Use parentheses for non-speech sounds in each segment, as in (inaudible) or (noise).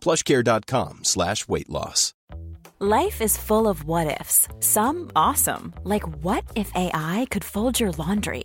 Plushcare.com slash weight loss. Life is full of what ifs, some awesome, like what if AI could fold your laundry?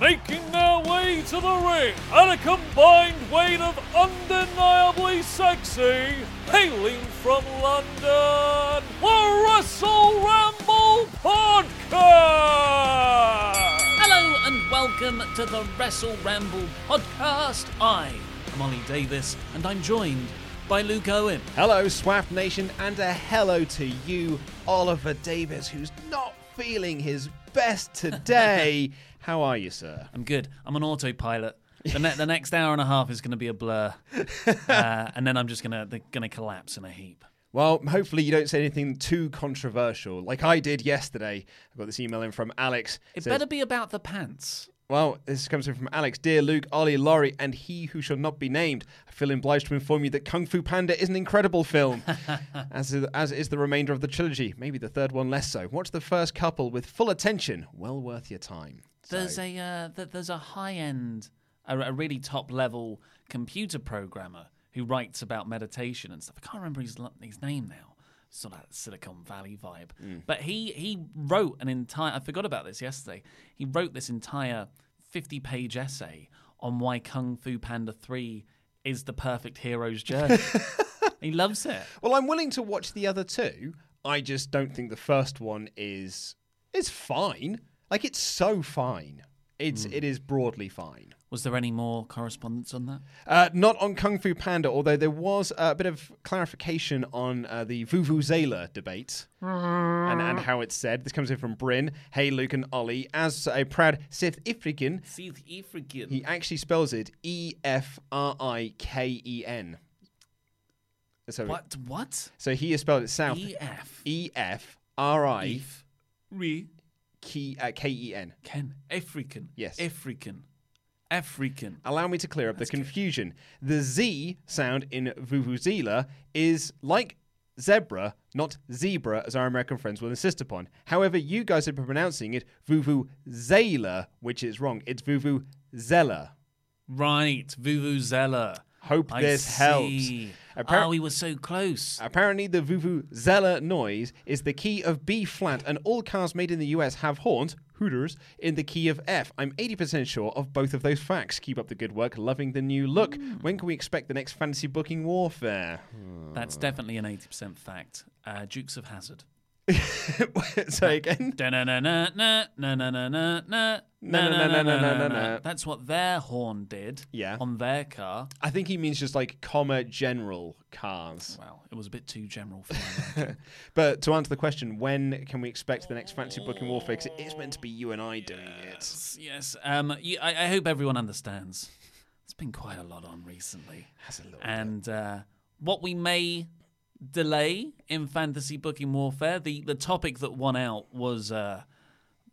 making their way to the ring at a combined weight of undeniably sexy, hailing from London, the Wrestle Ramble Podcast! Hello and welcome to the Wrestle Ramble podcast. I am Ollie Davis and I'm joined by Luke Owen. Hello, Swaff Nation, and a hello to you, Oliver Davis, who's not feeling his best (laughs) today. How are you, sir? I'm good. I'm an autopilot. The, ne- the next hour and a half is going to be a blur, uh, and then I'm just going to going to collapse in a heap. Well, hopefully you don't say anything too controversial, like I did yesterday. I got this email in from Alex. It Says- better be about the pants. Well, this comes in from Alex. Dear Luke, Ollie, Laurie, and he who shall not be named, I feel obliged to inform you that Kung Fu Panda is an incredible (laughs) film, as, is, as is the remainder of the trilogy. Maybe the third one less so. Watch the first couple with full attention. Well worth your time. So- There's a uh, th- there's a high end, a, a really top level computer programmer who writes about meditation and stuff. I can't remember his lo- his name now. Sort of that Silicon Valley vibe. Mm. But he he wrote an entire. I forgot about this yesterday. He wrote this entire 50 page essay on why Kung Fu Panda 3 is the perfect hero's journey. (laughs) he loves it. Well, I'm willing to watch the other two. I just don't think the first one is is fine. Like it's so fine. It's Hmm. it is broadly fine. Was there any more correspondence on that? Uh, not on Kung Fu Panda, although there was a bit of clarification on uh, the Vuvuzela debate and, and how it's said. This comes in from Bryn. Hey, Luke and Ollie. As a proud South African, South African. he actually spells it E F R I K E N. So, what? What? so he has spelled it South E F. E F R I Re. K uh, K E N. Ken. African. Yes. African. African. Allow me to clear up the confusion. The Z sound in Vuvuzela is like zebra, not zebra, as our American friends will insist upon. However, you guys have been pronouncing it Vuvuzela, which is wrong. It's Vuvuzela. Right. Vuvuzela. Hope I this see. helps. Appar- oh, we were so close. Apparently, the Vuvuzela noise is the key of B flat, and all cars made in the US have horns, hooters, in the key of F. I'm 80% sure of both of those facts. Keep up the good work, loving the new look. When can we expect the next fantasy booking warfare? That's definitely an 80% fact. Uh, Dukes of Hazard. (laughs) so, again, Na-na-na-na-na-na-na-na-na-na-na-na-na. That's what their horn did Yeah. on their car. I think he means just like comma general cars. Well, it was a bit too general for my liking. (laughs) But to answer the question, when can we expect the next fantasy booking warfare? Because it is meant to be you and I doing it. Yes. Um, you, I, I hope everyone understands. There's been quite a lot on recently. Has a little and uh, what we may delay in fantasy booking warfare. The the topic that won out was uh,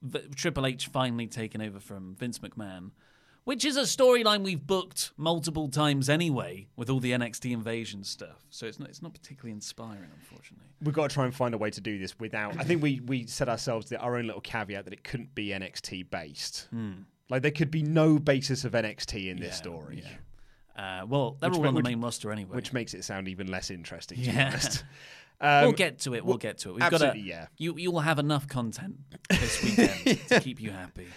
v- Triple H finally taking over from Vince McMahon, which is a storyline we've booked multiple times anyway with all the NXT invasion stuff. So it's not it's not particularly inspiring, unfortunately. We've got to try and find a way to do this without. I think we we set ourselves the, our own little caveat that it couldn't be NXT based. Like there could be no basis of NXT in this story, Uh, well, they're Which all ma- on the which- main roster anyway. which makes it sound even less interesting. To be Yeah. honest. we'll get to it. We'll get to it. We've got to. Um, absolutely, yeah. You you'll have enough content this (laughs) weekend to keep you happy.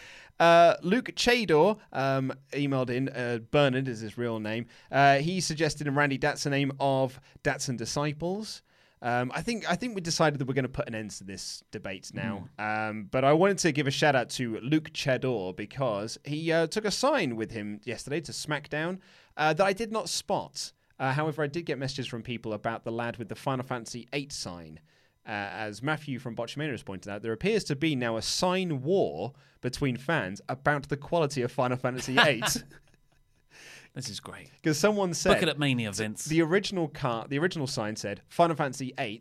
Uh, Luke Chador um, emailed in. Uh, Bernard is his real name. Uh, he suggested in Randy Dat's the name of Datsun Disciples. Um, I think I think we decided that we're going to put an end to this debate now. Um, but I wanted to give a shout out to Luke Chador because he uh, took a sign with him yesterday to SmackDown uh, that I did not spot. Uh, however, I did get messages from people about the lad with the Final Fantasy VIII sign. Uh, as Matthew from Botchmania has pointed out, there appears to be now a sign war between fans about the quality of (laughs) Final Fantasy VIII. This is great. Because someone said, Book it at Mania, Vince. the original car, the original sign said Final Fantasy VIII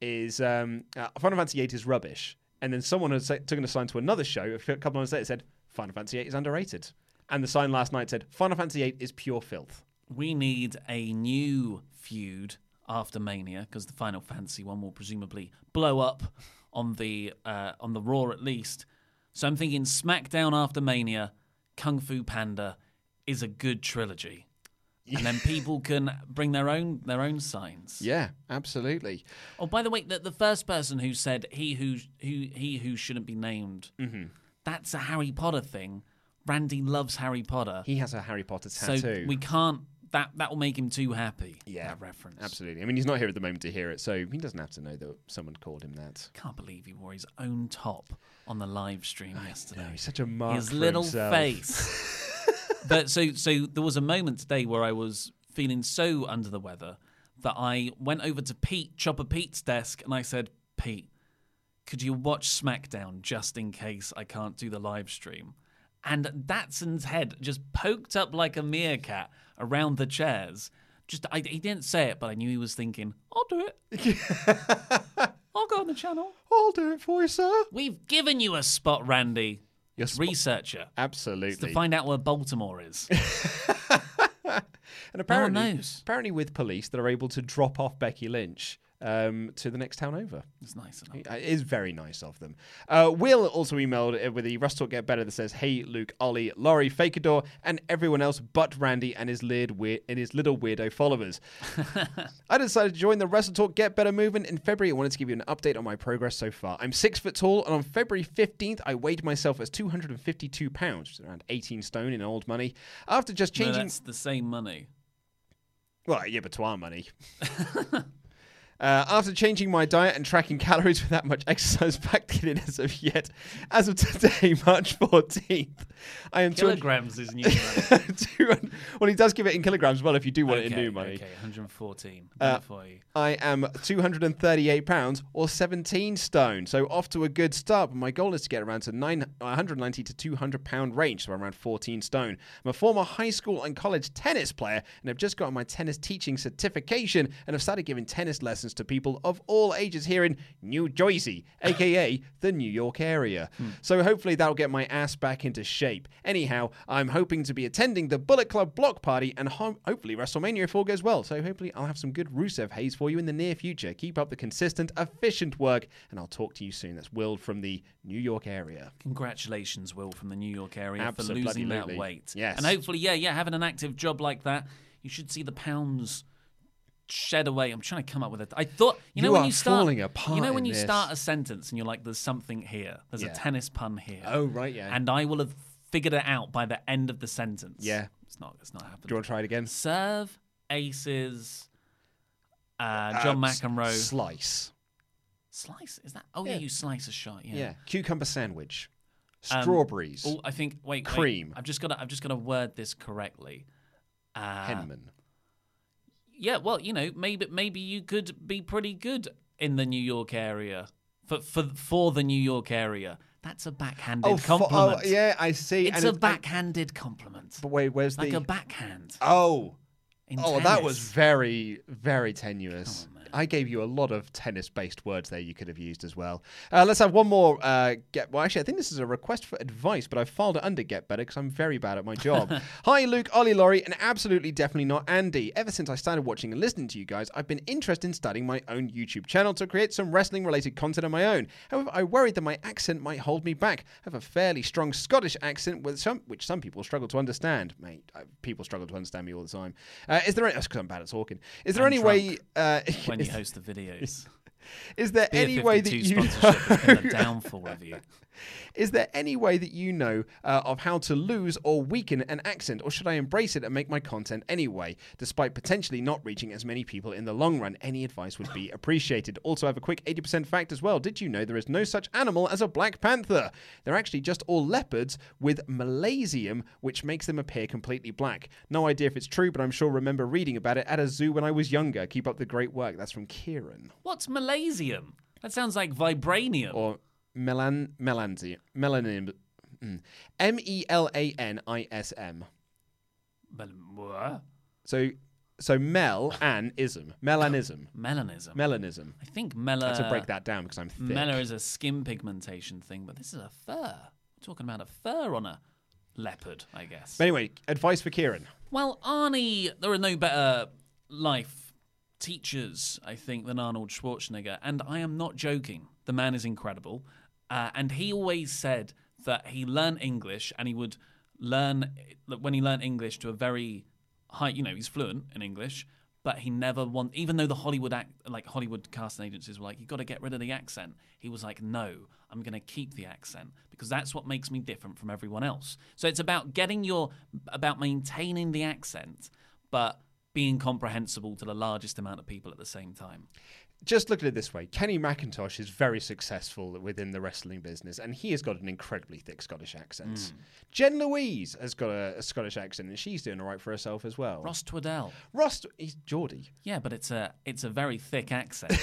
is um, uh, Final Fantasy VIII is rubbish, and then someone had sa- taken a sign to another show a f- couple of months later said Final Fantasy VIII is underrated, and the sign last night said Final Fantasy VIII is pure filth. we need a new feud after Mania because the Final Fantasy one will presumably blow up on the uh, on the Raw at least. So I'm thinking SmackDown after Mania, Kung Fu Panda is a good trilogy, and (laughs) then people can bring their own their own signs. Yeah, absolutely. Oh, by the way, the, the first person who said he who who he who shouldn't be named, Mm-hmm. that's a Harry Potter thing. Randy loves Harry Potter. He has a Harry Potter So tattoo. we can't. That that will make him too happy. yeah, that reference. Absolutely. I mean, he's not here at the moment to hear it, so he doesn't have to know that someone called him that. Can't believe he wore his own top on the live stream yesterday. No, he's such a mark. his for little himself. face. (laughs) but so so there was a moment today where I was feeling so under the weather that I went over to Pete Chopper Pete's desk and I said, Pete, could you watch SmackDown just in case I can't do the live stream? And Datson's head just poked up like a meerkat around the chairs. Just I, he didn't say it, but I knew he was thinking, I'll do it. (laughs) I'll go on the channel. I'll do it for you, sir. We've given you a spot, Randy. Your It's spot- researcher. Absolutely. It's to find out where Baltimore (laughs) is. And apparently, knows? apparently with police that are able to drop off Becky Lynch um, to the next town over. It's nice enough. It uh, is very nice of them. Uh, Will also emailed uh, with the Rust Talk Get Better that says, "Hey Luke, Ollie, Laurie, Fakador, and everyone else but Randy and his leered weird and his little (laughs) weirdo followers." I decided to join the Wrestle Talk Get Better movement in February. I wanted to give you an update on my progress so far. I'm six foot tall, and on February 15th, I weighed myself as 252 pounds, which is around 18 stone in old money. After just No, changing, that's the same money. well, yeah, but to our money. (laughs) Uh, after changing my diet and tracking calories without much exercise (laughs) packed in as of yet, as of today, (laughs) March 14th, I am 200, Kilograms (laughs) is new money. 200 Well, he does give it in kilograms, well, if you do want it in Okay, new money. Uh, Okay, 114. for you. I am 238 pounds or 17 stone. So off to a good start. But my goal is to get around to nine, 190 to 200 pound range, so I'm around 14 stone. I'm a former high school and college tennis player, and I've just gotten my tennis teaching certification, and I've started giving tennis lessons to people of all ages here in New Jersey, aka the New York area. So hopefully that'll get my ass back into shape. Anyhow, I'm hoping to be attending the Bullet Club block party and ho- hopefully WrestleMania 4 goes well. So hopefully I'll have some good Rusev haze for you in the near future. Keep up the consistent, efficient work and I'll talk to you soon. That's Will from the New York area. Congratulations, Will, from the New York area Absolutely. for losing that weight. Yes. And hopefully, yeah, yeah, having an active job like that, you should see the pounds shed away. I'm trying to come up with it. I thought you know You when are you start falling apart You know when in you this. start a sentence and you're like, "There's something here. There's Yeah. a tennis pun here." Oh, right, yeah. And I will have figured it out by the end of the sentence. Yeah. It's not. It's not happening. Do you want to try it again? Serve aces. Uh, John Uh, s- McEnroe. Slice. slice is that? Oh yeah, Yeah. you slice a shot. Yeah. Yeah. Cucumber sandwich. Um, Strawberries. Oh, I think. Wait. wait, Cream. I've just got. to I've just got to word this correctly. Uh, Henman. Yeah. Well, you know, maybe maybe you could be pretty good in the New York area for for for the New York area. That's a backhanded fo- compliment. Oh, yeah, I see. It's And a it- backhanded compliment. But wait, where's Like the. a backhand. oh. in Oh, that tennis. was very, very tenuous. I gave you a lot of tennis-based words there you could have used as well. Uh, let's have one more. Uh, get well, actually, I think this is a request for advice, but I filed it under get better because I'm very bad at (laughs) my job. Hi, Luke, Ollie, Laurie, and absolutely definitely not Andy. Ever since I started watching and listening to you guys, I've been interested in starting my own YouTube channel to create some wrestling-related content on my own. However, I worried that my accent might hold me back. I have a fairly strong Scottish accent, with some which some people struggle to understand. Mate, I, people struggle to understand me all the time. Uh, is there any? That's because I'm bad at talking. Is there And any way? drunk. Uh, (laughs) when is, you host the videos. is there Beer any way that 52 you? (laughs) sponsorship has been a downfall review. Is there any way that you know uh, of how to lose or weaken an accent, or should I embrace it and make my content anyway, despite potentially not reaching as many people in the long run? Any advice would be appreciated. Also, I have a quick 80% fact as well. Did you know there is no such animal as a black panther? They're actually just all leopards with malaysium, which makes them appear completely black. No idea if it's true, but I'm sure remember reading about it at a zoo when I was younger. Keep up the great work. That's from Kieran. What's Malaysium? That sounds like vibranium. or melan melanzi melanin m e l a n i s m. Mel- what? So so mel an ism melanism Melanism. melanism. I think mela. I had to break that down because I'm thick. Mela is a skin pigmentation thing, but this is a fur. We're talking about a fur on a leopard, I guess. but anyway, advice for Kieran. Well, Arnie, there are no better life teachers, I think, than Arnold Schwarzenegger. And I am not joking. The man is incredible. Uh, and he always said that he learned English and he would learn, that when he learned English to a very high, you know, he's fluent in English. But he never want, even though the Hollywood act, like Hollywood casting agencies were like, you got to get rid of the accent. He was like, no, I'm going to keep the accent because that's what makes me different from everyone else. So it's about getting your, about maintaining the accent, but being comprehensible to the largest amount of people at the same time. Just look at it this way: Kenny McIntosh is very successful within the wrestling business, and he has got an incredibly thick Scottish accent. Hmm. Jen Louise has got a, a Scottish accent, and she's doing all right for herself as well. Ross Twaddell. Ross he's Geordie. Yeah, but it's a it's a very thick accent.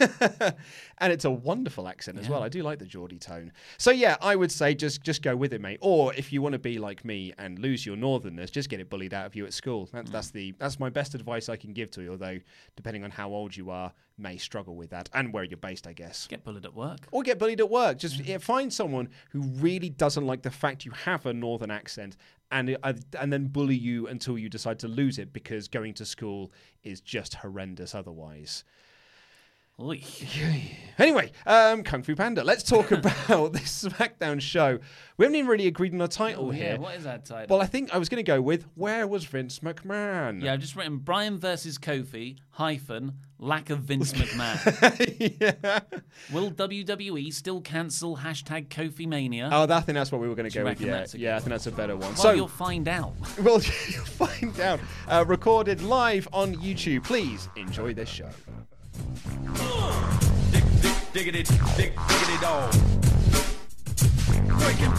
(laughs) and it's a wonderful accent as well. I do like the Geordie tone. So yeah, I would say just just go with it, mate. Or if you want to be like me and lose your northernness, just get it bullied out of you at school. That's that's the that's my best advice I can give to you. Although depending on how old you are, may struggle with that and where you're based, I guess. Get bullied at work. Or get bullied at work. Just yeah, find someone who really doesn't like the fact you have a northern accent, and uh, and then bully you until you decide to lose it because going to school is just horrendous otherwise. Oy. Anyway, um, Kung Fu Panda. Let's (laughs) talk about this SmackDown show. We haven't even really agreed on a title Oh, yeah. here. What is that title? Well, I think I was going to go with "Where was Vince McMahon?" yeah, I've just written Brian versus Kofi hyphen lack of (laughs) Vince McMahon. (laughs) yeah. Will WWE still cancel hashtag Kofi Mania? Oh, that- I think that's what we were going to go with. reckon Yeah, that's a good yeah, I think that's a better one. well, so you'll find out. (laughs) (laughs) we'll (laughs) you'll find out. Uh, recorded live on YouTube. Please enjoy this show. (laughs) Dig, dig, diggity, dig, diggity dog. Breaking.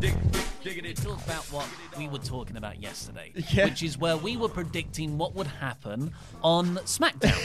Dig, dig, diggity. Talk about what we were talking about yesterday, Yeah. which is where we were predicting what would happen on (laughs) SmackDown.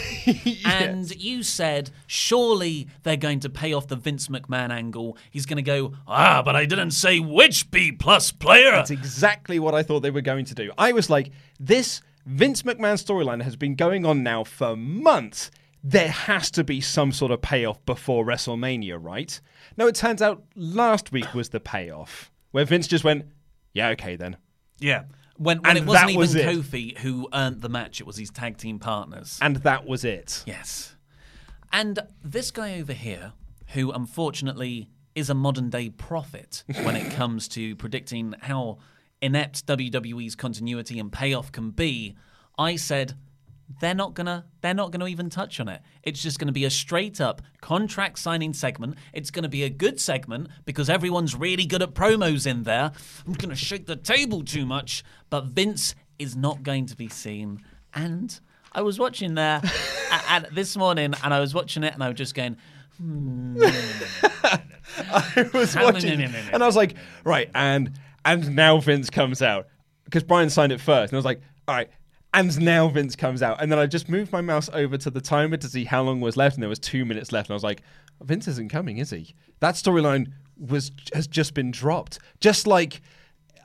And you said, surely they're going to pay off the Vince McMahon angle. He's going to go, ah, but I didn't say which B plus player. That's exactly what I thought they were going to do. I was like, this Vince McMahon storyline has been going on now for months. There has to be some sort of payoff before WrestleMania, right? No, it turns out last week was the payoff, where Vince just went, yeah, okay then. Yeah. When, when And it wasn't that even was it. Kofi who earned the match, it was his tag team partners. And that was (laughs) it. Yes. And this guy over here, who unfortunately is a modern day prophet when it comes to predicting how inept WWE's continuity and payoff can be, I said they're not gonna they're not gonna even touch on it. It's just gonna be a straight up contract signing segment. It's gonna be a good segment because everyone's really good at promos in there. I'm gonna shake the table too much, but Vince is not going to be seen and I was watching (laughs) there a- and this morning, and I was watching it, and I was just going, I was How- no, watching, no, no, no, no. and I was like, right, and and now Vince comes out because Brian signed it first, and I was like, all right, and now Vince comes out, and then I just moved my mouse over to the timer to see how long was left, and there was two minutes left, and I was like, Vince isn't coming, is he? That storyline was has just been dropped, just like.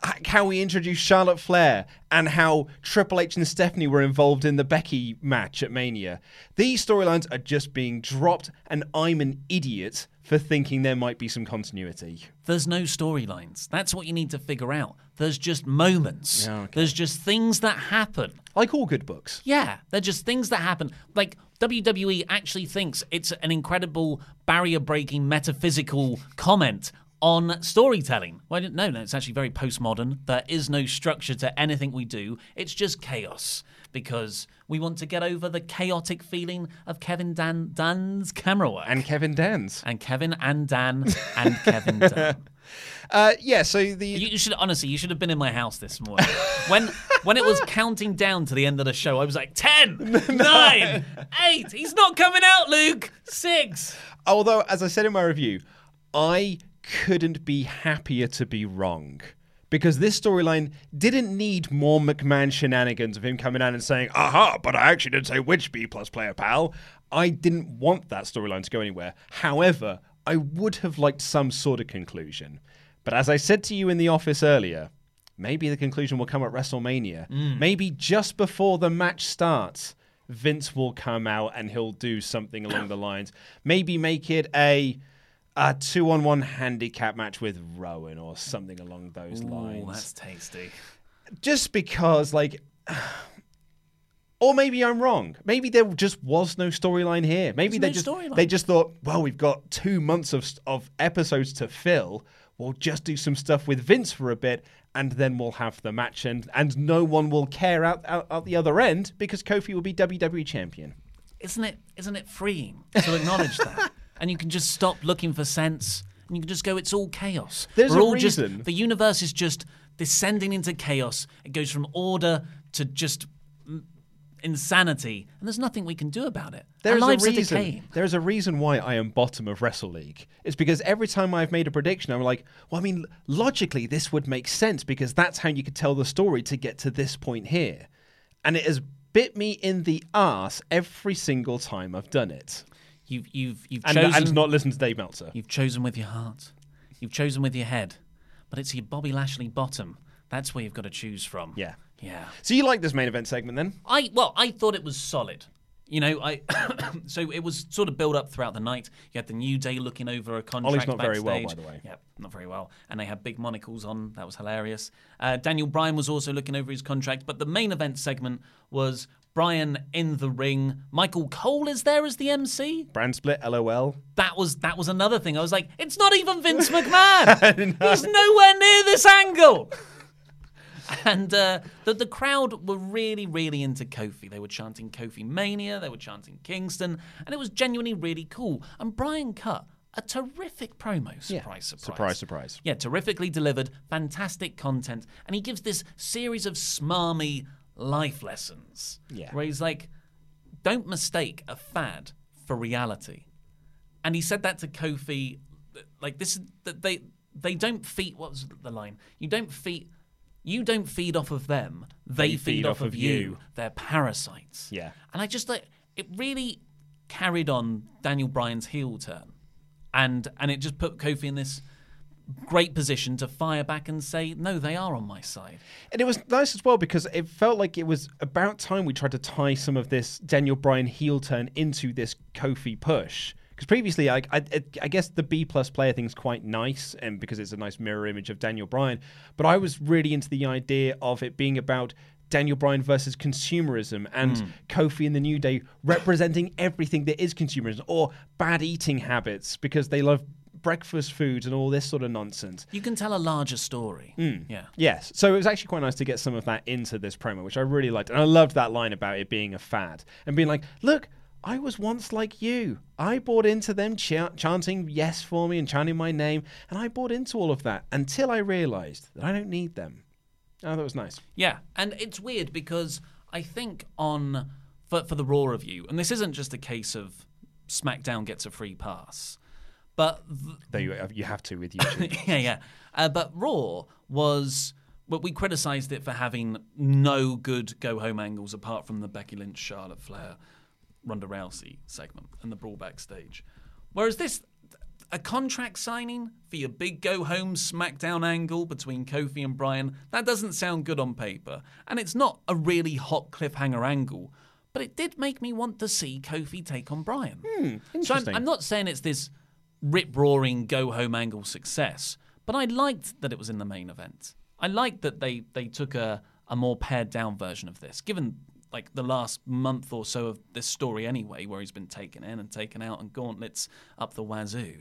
h- How we introduced Charlotte Flair and how Triple H and Stephanie were involved in the Becky match at Mania. These storylines are just being dropped, and I'm an idiot for thinking there might be some continuity. There's no storylines. That's what you need to figure out. There's just moments. Yeah, okay. There's just things that happen. Like all good books. Yeah, they're just things that happen. Like E WWE actually thinks it's an incredible barrier breaking metaphysical comment. on storytelling. Well, no, no, it's actually very postmodern. There is no structure to anything we do, it's just chaos because we want to get over the chaotic feeling of Kevin Dan- Dan's camera work. and Kevin Dans. And Kevin and Dan and Kevin Dan. Uh, yeah, so the You, you should honestly, you should have been in my house this (laughs) morning. When when it was counting down to the end of the show, I was like (laughs) 10, 9, 8. He's not coming out, Luke. 6. although as I said in my review, I couldn't be happier to be wrong. Because this storyline didn't need more McMahon shenanigans of him coming out and saying, aha, but I actually didn't say which B plus player, pal. I didn't want that storyline to go anywhere. However, I would have liked some sort of conclusion. But as I said to you in the office earlier, maybe the conclusion will come at WrestleMania. Maybe just before the match starts, Vince will come out and he'll do something along the lines. Maybe make it a a two on one handicap match with Rowan or something along those lines. Oh, that's tasty. just because, like. (sighs) Or maybe I'm wrong. Maybe there just was no storyline here. Maybe they There's just no storyline. they just thought, well, we've got two months of of episodes to fill. We'll just do some stuff with Vince for a bit, and then we'll have the match, and and no one will care out out, out the other end because Kofi will be WWE champion. Isn't it isn't it freeing to acknowledge (laughs) that? And you can just stop looking for sense and you can just go it's all chaos. There's We're a all just- reason. the universe is just descending into chaos. It goes from order to just mm, insanity and there's nothing we can do about it. There is Our lives a are decaying. reason. There is a reason why I am bottom of Wrestle League. It's because every time I've made a prediction, I'm like, well, I mean, logically this would make sense because that's how you could tell the story to get to this point here, and it has bit me in the ass every single time I've done it, You've you've you've and, chosen and not listened to Dave Meltzer. You've chosen with your heart. You've chosen with your head. But it's your Bobby Lashley bottom. That's where you've got to choose from. Yeah. Yeah. So you like this main event segment then? I well, I thought it was solid. You know, I (coughs) so it was sort of built up throughout the night. You had the New Day looking over a contract. Ollie's not very well, by backstage. the way. Yeah, not very well. And they had big monocles on. That was hilarious. Uh, Daniel Bryan was also looking over his contract. But the main event segment was Bryan in the ring. Michael Cole is there as the MC Brand split, lol. that was that was another thing. I was like, it's not even (laughs) Vince McMahon. He's nowhere near this angle. And uh, the, the crowd were really, really into Kofi. They were chanting Kofi Mania, they were chanting Kingston, and it was genuinely really cool. And Brian cut a terrific promo. Surprise, surprise. Surprise, surprise. Yeah, terrifically delivered, fantastic content, and he gives this series of smarmy life lessons. Yeah. Where he's like, don't mistake a fad for reality. And he said that to Kofi, th- like this that they they don't feed what was the line? You don't feed you don't feed off of them. They, feed, off, of you. They're parasites. Yeah. And I just like it really carried on Daniel Bryan's heel turn. And and it just put Kofi in this great position to fire back and say, No, they are on my side. And it was nice as well because it felt like it was about time we tried to tie some of this Daniel Bryan heel turn into this Kofi push. Because previously, I, I, I guess the B plus player thing's quite nice, and because it's a nice mirror image of Daniel Bryan. But I was really into the idea of it being about Daniel Bryan versus consumerism and Kofi and the New Day representing everything that is consumerism or bad eating habits because they love breakfast foods and all this sort of nonsense. You can tell a larger story. Yeah. Yes. So it was actually quite nice to get some of that into this promo, which I really liked. And I loved that line about it being a fad and being like, look, I was once like you. I bought into them cha- chanting yes for me and chanting my name. And I bought into all of that until I realized that I don't need them. Oh, that was nice. Yeah, and it's weird because I think on for for the Raw review, and this isn't just a case of SmackDown gets a free pass, but th- Though you, you have to with (laughs) YouTube. yeah, yeah, uh, but Raw was. But we criticised it for having no good go home angles apart from the Becky Lynch, Charlotte Flair, Ronda Rousey segment and the brawl backstage. Whereas this, a contract signing for your big go home SmackDown angle between Kofi and Brian, that doesn't sound good on paper. And it's not a really hot cliffhanger angle, but it did make me want to see Kofi take on Brian. So I'm, interesting. I'm not saying it's this rip roaring go home angle success, but I liked that it was in the main event. I liked that they, they took a, a more pared down version of this, given like the last month or so of this story anyway, where he's been taken in and taken out and gauntlets up the wazoo.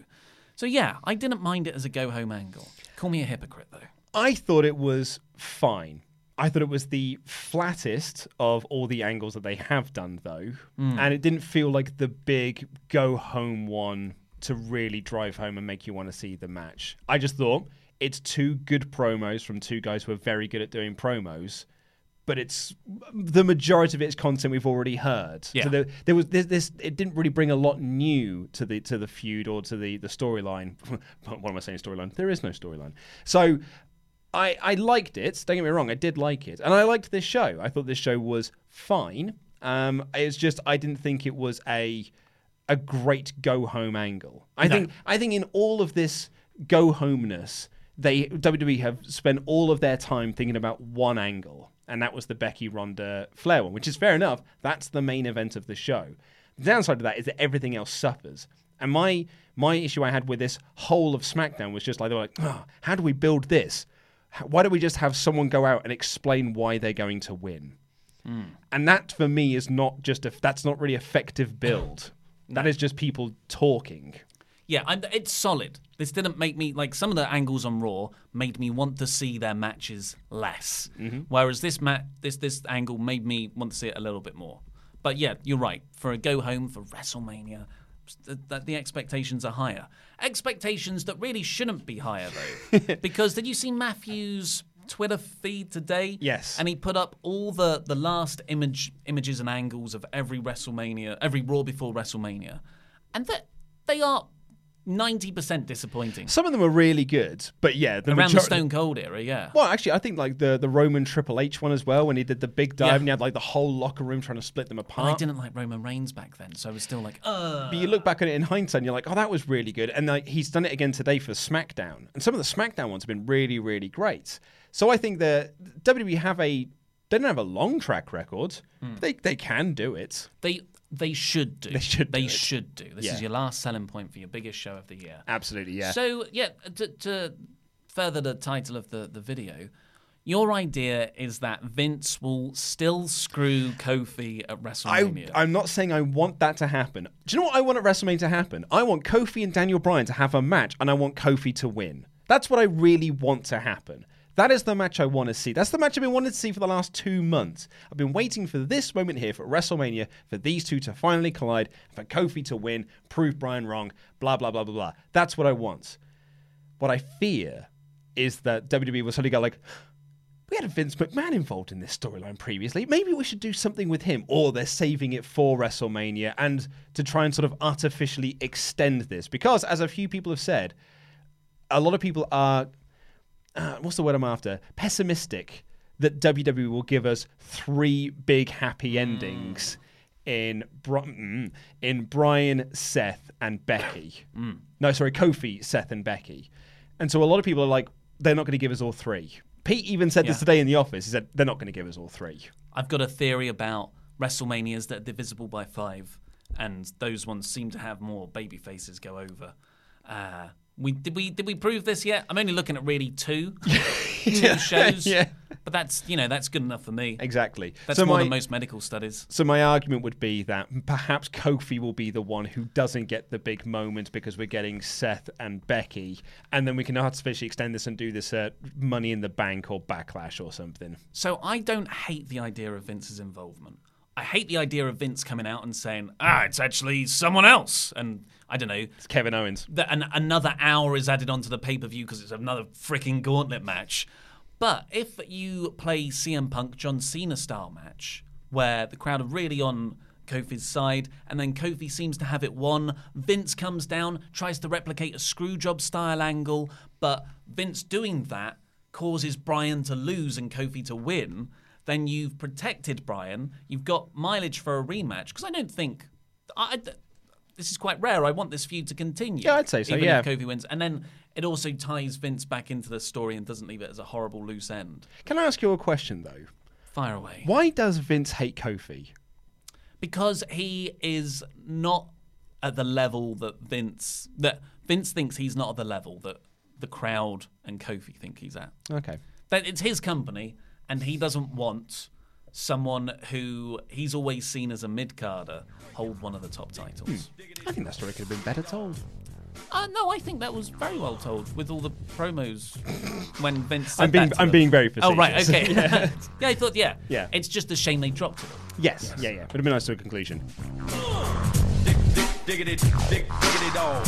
So yeah, I didn't mind it as a go home angle. Call me a hypocrite though. I thought it was fine. I thought it was the flattest of all the angles that they have done, though. And it didn't feel like the big go home one to really drive home and make you want to see the match. I just thought it's two good promos from two guys who are very good at doing promos. But it's the majority of its content we've already heard. Yeah. So there, there was this, this. It didn't really bring a lot new to the to the feud or to the the storyline. (laughs) what am I saying? Storyline? There is no storyline. So I, I liked it. Don't get me wrong, I did like it, and I liked this show. I thought this show was fine. Um, it's just I didn't think it was a a great go home angle. I think I think in all of this go homeness, they WWE have spent all of their time thinking about one angle, and that was the Becky Ronda Flair one, which is fair enough. That's the main event of the show. The downside of that is that everything else suffers. And my my issue I had with this whole of SmackDown was just like they were like, oh, how do we build this? H- Why don't we just have someone go out and explain why they're going to win? And that for me is not just a that's not really effective build. That is just people talking. Yeah, I'm, it's solid. This didn't make me like some of the angles on Raw made me want to see their matches less, whereas this mat this this angle made me want to see it a little bit more. But yeah, you're right. For a go home for WrestleMania, the, the, the expectations are higher. Expectations that really shouldn't be higher though, because did you see Matthews? Twitter feed today. Yes. And he put up all the the last image images and angles of every WrestleMania, every Raw before WrestleMania. And that they are 90% disappointing. Some of them are really good, but yeah, the Around the majority- Stone Cold era, yeah. Well, actually, I think like the the Roman Triple H one as well, when he did the big dive Yeah. and he had like the whole locker room trying to split them apart. I didn't like Roman Reigns back then, so I was still like, ugh. But you look back on it in hindsight, and you're like, oh, that was really good. And like he's done it again today for SmackDown, and some of the SmackDown ones have been really, really great. So I think that WWE have a they don't have a long track record. Hmm. But they they can do it. They they should do. They should They do it. should do. This Yeah. is your last selling point for your biggest show of the year. Absolutely, yeah. So, yeah, to, to further the title of the, the video, your idea is that Vince will still screw Kofi at I, WrestleMania. I'm not saying I want that to happen. Do you know what I want at WrestleMania to happen? I want Kofi and Daniel Bryan to have a match, and I want Kofi to win. That's what I really want to happen. That is the match I want to see. That's the match I've been wanting to see for the last two months. I've been waiting for this moment here for WrestleMania for these two to finally collide, for Kofi to win, prove Bryan wrong, blah, blah, blah, blah, blah. That's what I want. What I fear is that WWE will suddenly go like, we had Vince McMahon involved in this storyline previously. Maybe we should do something with him, or they're saving it for WrestleMania and to try and sort of artificially extend this. Because, as a few people have said, a lot of people are uh, what's the word I'm after? Pessimistic that WWE will give us three big happy endings in Bri- mm, in Brian, Seth, and Becky. No, sorry, Kofi, Seth, and Becky. And so a lot of people are like, they're not going to give us all three. Pete even said this Yeah. today in the office. He said they're not going to give us all three. I've got a theory about WrestleManias that are divisible by five, and those ones seem to have more baby faces go over. Uh, we did we did we prove this yet? I'm only looking at really (laughs) two, two shows. yeah. but that's you know that's good enough for me. Exactly. That's so more my than most medical studies. so my argument would be that perhaps Kofi will be the one who doesn't get the big moment because we're getting Seth and Becky, and then we can artificially extend this and do this at Money in the Bank or Backlash or something. So I don't hate the idea of Vince's involvement. I hate the idea of Vince coming out and saying, "Ah, it's actually someone else," and I don't know. It's Kevin Owens. that an, another hour is added onto the pay per view because it's another freaking gauntlet match. But if you play CM Punk John Cena style match, where the crowd are really on Kofi's side, and then Kofi seems to have it won, Vince comes down, tries to replicate a screwjob style angle, but Vince doing that causes Brian to lose and Kofi to win. Then you've protected Brian. You've got mileage for a rematch because I don't think I, I- this is quite rare. I want this feud to continue. Yeah, I'd say so, Even yeah. if Kofi wins, and then it also ties Vince back into the story and doesn't leave it as a horrible loose end. Can I ask you a question though? Fire away. Why does Vince hate Kofi? Because he is not at the level that Vince that Vince thinks he's not at the level that the crowd and Kofi think he's at. Okay. That it's his company, and he doesn't want someone who he's always seen as a mid carder hold one of the top titles. Hmm. I think that story could have been better told. Uh, no, I think that was very well told with all the promos when Vince. Said I'm being- that to I'm them. being very Oh right, facetious. (laughs) okay. (laughs) yeah. I thought yeah. Yeah. It's just a shame they dropped it. Yes. Yeah, yeah. Would have been nice to a conclusion. Dig, dig, diggity, dig, diggity dog.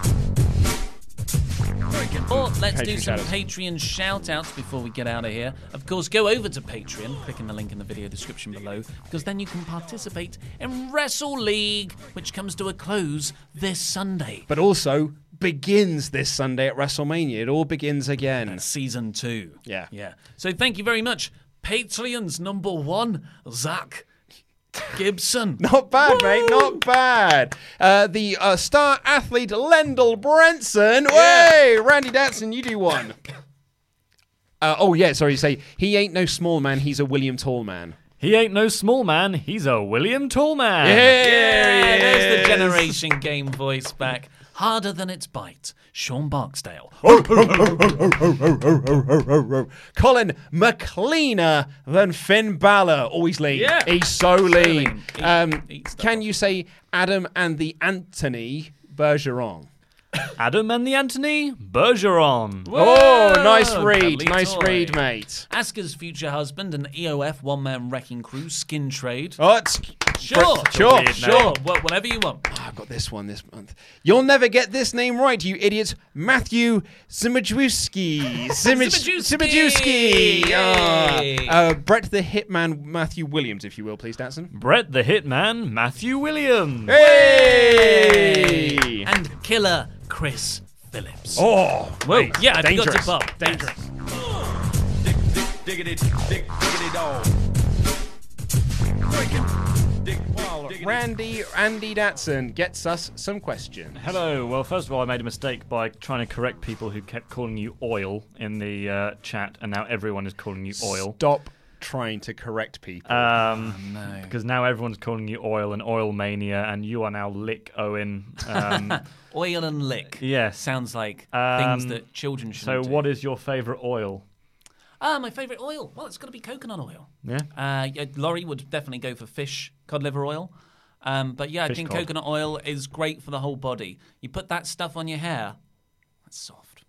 But let's do Patreon some shout-outs. Patreon shout outs before we get out of here. Of course, go over to Patreon, clicking the link in the video description below, because then you can participate in Wrestle League, which comes to a close this Sunday. But also begins this Sunday at WrestleMania. It all begins again. Season two. Yeah. Yeah. So thank you very much, Patreon's number one, Zach Gibson. Not bad, mate. Not bad. Uh, the uh, star athlete Lendl Branson. Way, Randy Datson, you do one. Uh, oh yeah, sorry. You say he ain't no small man. He's a William Tall man. He ain't no small man, he's a William Tall man. Yeah, there's the Generation Game voice back. Harder than its bite, Sean Barksdale. Colin McLeaner than Finn Balor. Always lean. Yeah. He's so lean. Eat- Um, eat stuff can you say Adam and the Anthony Bergeron? Adam and the Anthony Bergeron. Oh, nice Whoa, read. Kelly Nice Toy. read, mate. Asker's future husband and EOF one man wrecking crew, skin trade. Oh, it's Sure, That's a weird sure, name. sure. Wh- whatever you want. I've got this one this month. You'll never get this name right, you idiot. Matthew (laughs) Zimajewski. Zimadjewski. Yay. Uh, Brett the Hitman Matthew Williams, if you will, please, Datson. Brett the Hitman, Matthew Williams. Hey! And killer Chris Phillips. Oh, Whoa, yeah, I dangerous. forgot to pop. Dangerous. Dig, dig, diggity, dig, diggity dog. Breaking. Dig, diggity, Randy Randy Datson gets us some questions. Hello. Well, first of all, I made a mistake by trying to correct people who kept calling you oil in the uh, chat, and now everyone is calling you oil. Stop trying to correct people. Um, Because now everyone's calling you oil and oil mania, and you are now Lick Owen. (laughs) Um, Oil and lick. Yeah. Sounds like things Um, that children should so, what is your favourite oil? Ah, my favourite oil. Well, it's got to be coconut oil. Yeah. Uh, yeah, Laurie would definitely go for fish cod liver oil. Um, but yeah, I Fish think cod. coconut oil is great for the whole body. You put that stuff on your hair, that's soft.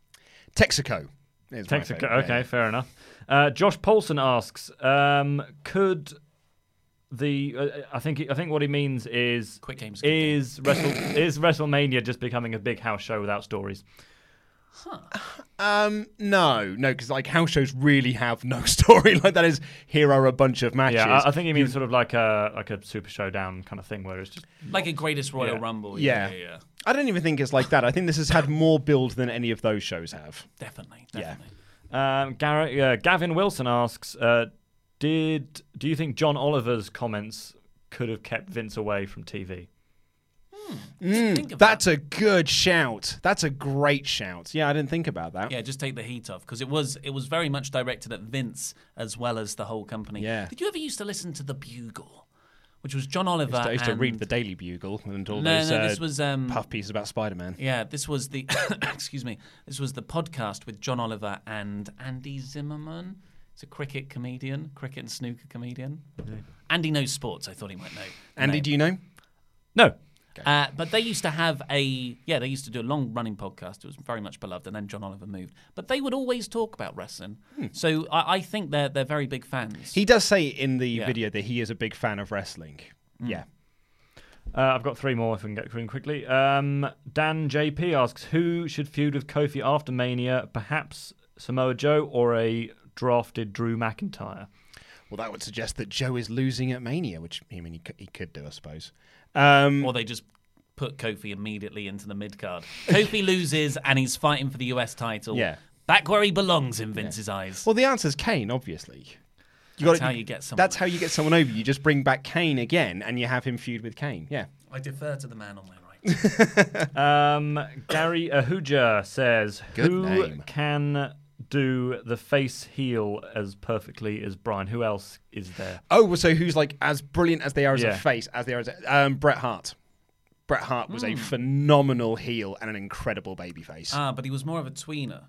Texaco. is my Texaco. favourite. Okay, fair enough. Uh, Josh Paulson asks, um, could the uh, I think I think what he means is Quick game's a good game. is Wrestle, is WrestleMania just becoming a big house show without stories? Um, no, no, because like house shows really have no (laughs) story. Like that is here are a bunch of matches. Yeah, I, I think he means sort of like a like a Super Showdown kind of thing where it's just Like a greatest Royal Yeah. Rumble. Yeah. Oh, Yeah, yeah, yeah. I don't even think it's like that. I think this has had more build than any of those shows have. Definitely, Yeah. definitely. Um, Gar- uh, Gavin Wilson asks, uh, "Did do you think John Oliver's comments could have kept Vince away from TV?" Mm, that's a good shout. That's a great shout. Yeah, I didn't think about that. Yeah, just take the heat off because it was it was very much directed at Vince as well as the whole company. Yeah. Did you ever used to listen to the Bugle, which was John Oliver? I used to and- read the Daily Bugle and all um, No, those no, uh, this was, um, puff pieces about Spider Man. Yeah, this was the (coughs) excuse me. This was the podcast with John Oliver and Andy Zimmerman. It's a cricket comedian, cricket and snooker comedian. Andy knows sports. I thought he might know. the Andy, name. do you know? No. Uh, but they used to have a yeah, they used to do a long running podcast. It was very much beloved, and then John Oliver moved. But they would always talk about wrestling. So I, I think they're they're very big fans. Hmm. He does say in the video that he is a big fan of wrestling. Hmm. Yeah. Uh, I've got three more if we can get through them quickly. Um, Dan JP asks, "Who should feud with Kofi after Mania? Perhaps Samoa Joe or a drafted Drew McIntyre?" Well, that would suggest that Joe is losing at Mania, which I mean he could, he could do, I suppose. Um, or they just put Kofi immediately into the mid card. Kofi loses, and he's fighting for the US title. Yeah. Back where he belongs in Vince's eyes. well, the answer's Kane, obviously. That's You gotta- how you get someone. That's how you get someone over. You just bring back Kane again, and you have him feud with Kane. Yeah. I defer to the man on my right. (laughs) Um, Gary Ahuja says, Good "Who name. can do the face heel as perfectly as Brian? Who else is there?" Oh, well, so who's like as brilliant as they are as Yeah. a face, as they are as a, um, Bret Hart. Bret Hart was Hmm. a phenomenal heel and an incredible babyface. ah, but he was more of a tweener.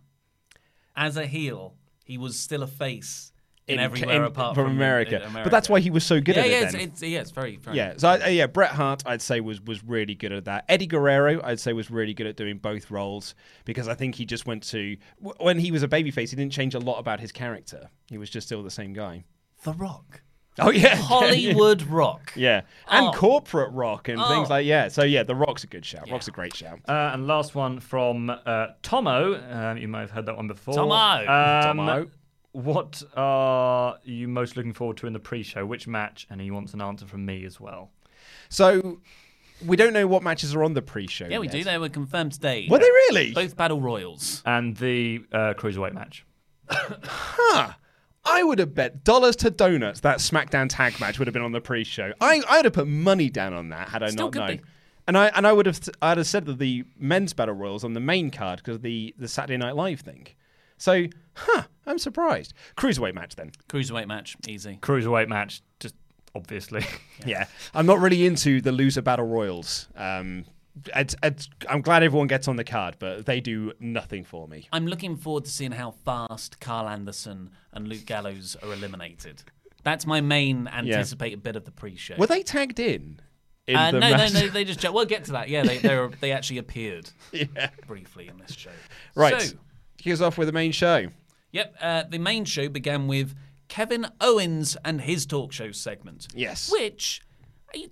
As a heel, he was still a face in, everywhere in- apart from, from, America. in but that's why he was so good yeah, at yeah, it. it's, then. it's, yeah, it's very, very yeah, so I, yeah, Bret Hart, I'd say was was really good at that. Eddie Guerrero, I'd say was really good at doing both roles because I think he just went to w- when he was a babyface, he didn't change a lot about his character. He was just still the same guy. (laughs) The Rock. Oh yeah, Hollywood Rock. (laughs) yeah, and Oh. corporate rock and Oh. things like yeah. So yeah, The Rock's a good shout. Rock's a great shout. Uh, and last one from uh, Tomo. Um, you may have heard that one before. Tomo. Um, Tomo. What are you most looking forward to in the pre-show? Which match? And he wants an answer from me as well. So we don't know what matches are on the pre-show. Yeah, we do. They were confirmed today. Were they really? Both battle royals. And the uh, cruiserweight match. I would have bet dollars to donuts that SmackDown tag match would have been on the pre-show. I I'd have put money down on that had I Still not could known. be. And I and I would have I'd have said that the men's battle royals on the main card because the the Saturday Night Live thing. So, huh, I'm surprised. Cruiserweight match then. Cruiserweight match, easy. Cruiserweight match. Just obviously. (laughs) Yeah, I'm not really into the loser battle royals. Um, it's, it's, I'm glad everyone gets on the card, but they do nothing for me. I'm looking forward to seeing how fast Carl Anderson and Luke Gallows are eliminated. That's my main anticipated bit of the pre-show. Were they tagged in? in Uh, the no, no, match? no. They just jo- we'll get to that. Yeah, they they, were, they actually appeared briefly in this show. (laughs) Right. So, Here's off with the main show. yep. Uh, the main show began with Kevin Owens and his talk show segment. Yes. Which, I,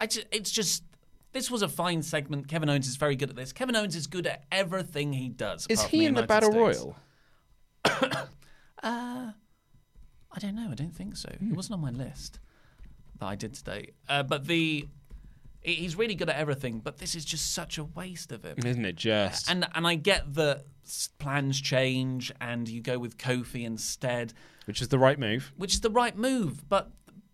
I just, it's just this was a fine segment. Kevin Owens is very good at this. Kevin Owens is good at everything he does. Is apart from he in the United Battle States. Royal? I don't know. I don't think so. Hmm. It wasn't on my list that I did today. Uh, but the he- he's really good at everything. But this is just such a waste of him. Isn't it just? And and I get that s- plans change and you go with Kofi instead, Which is the right move. which is the right move. But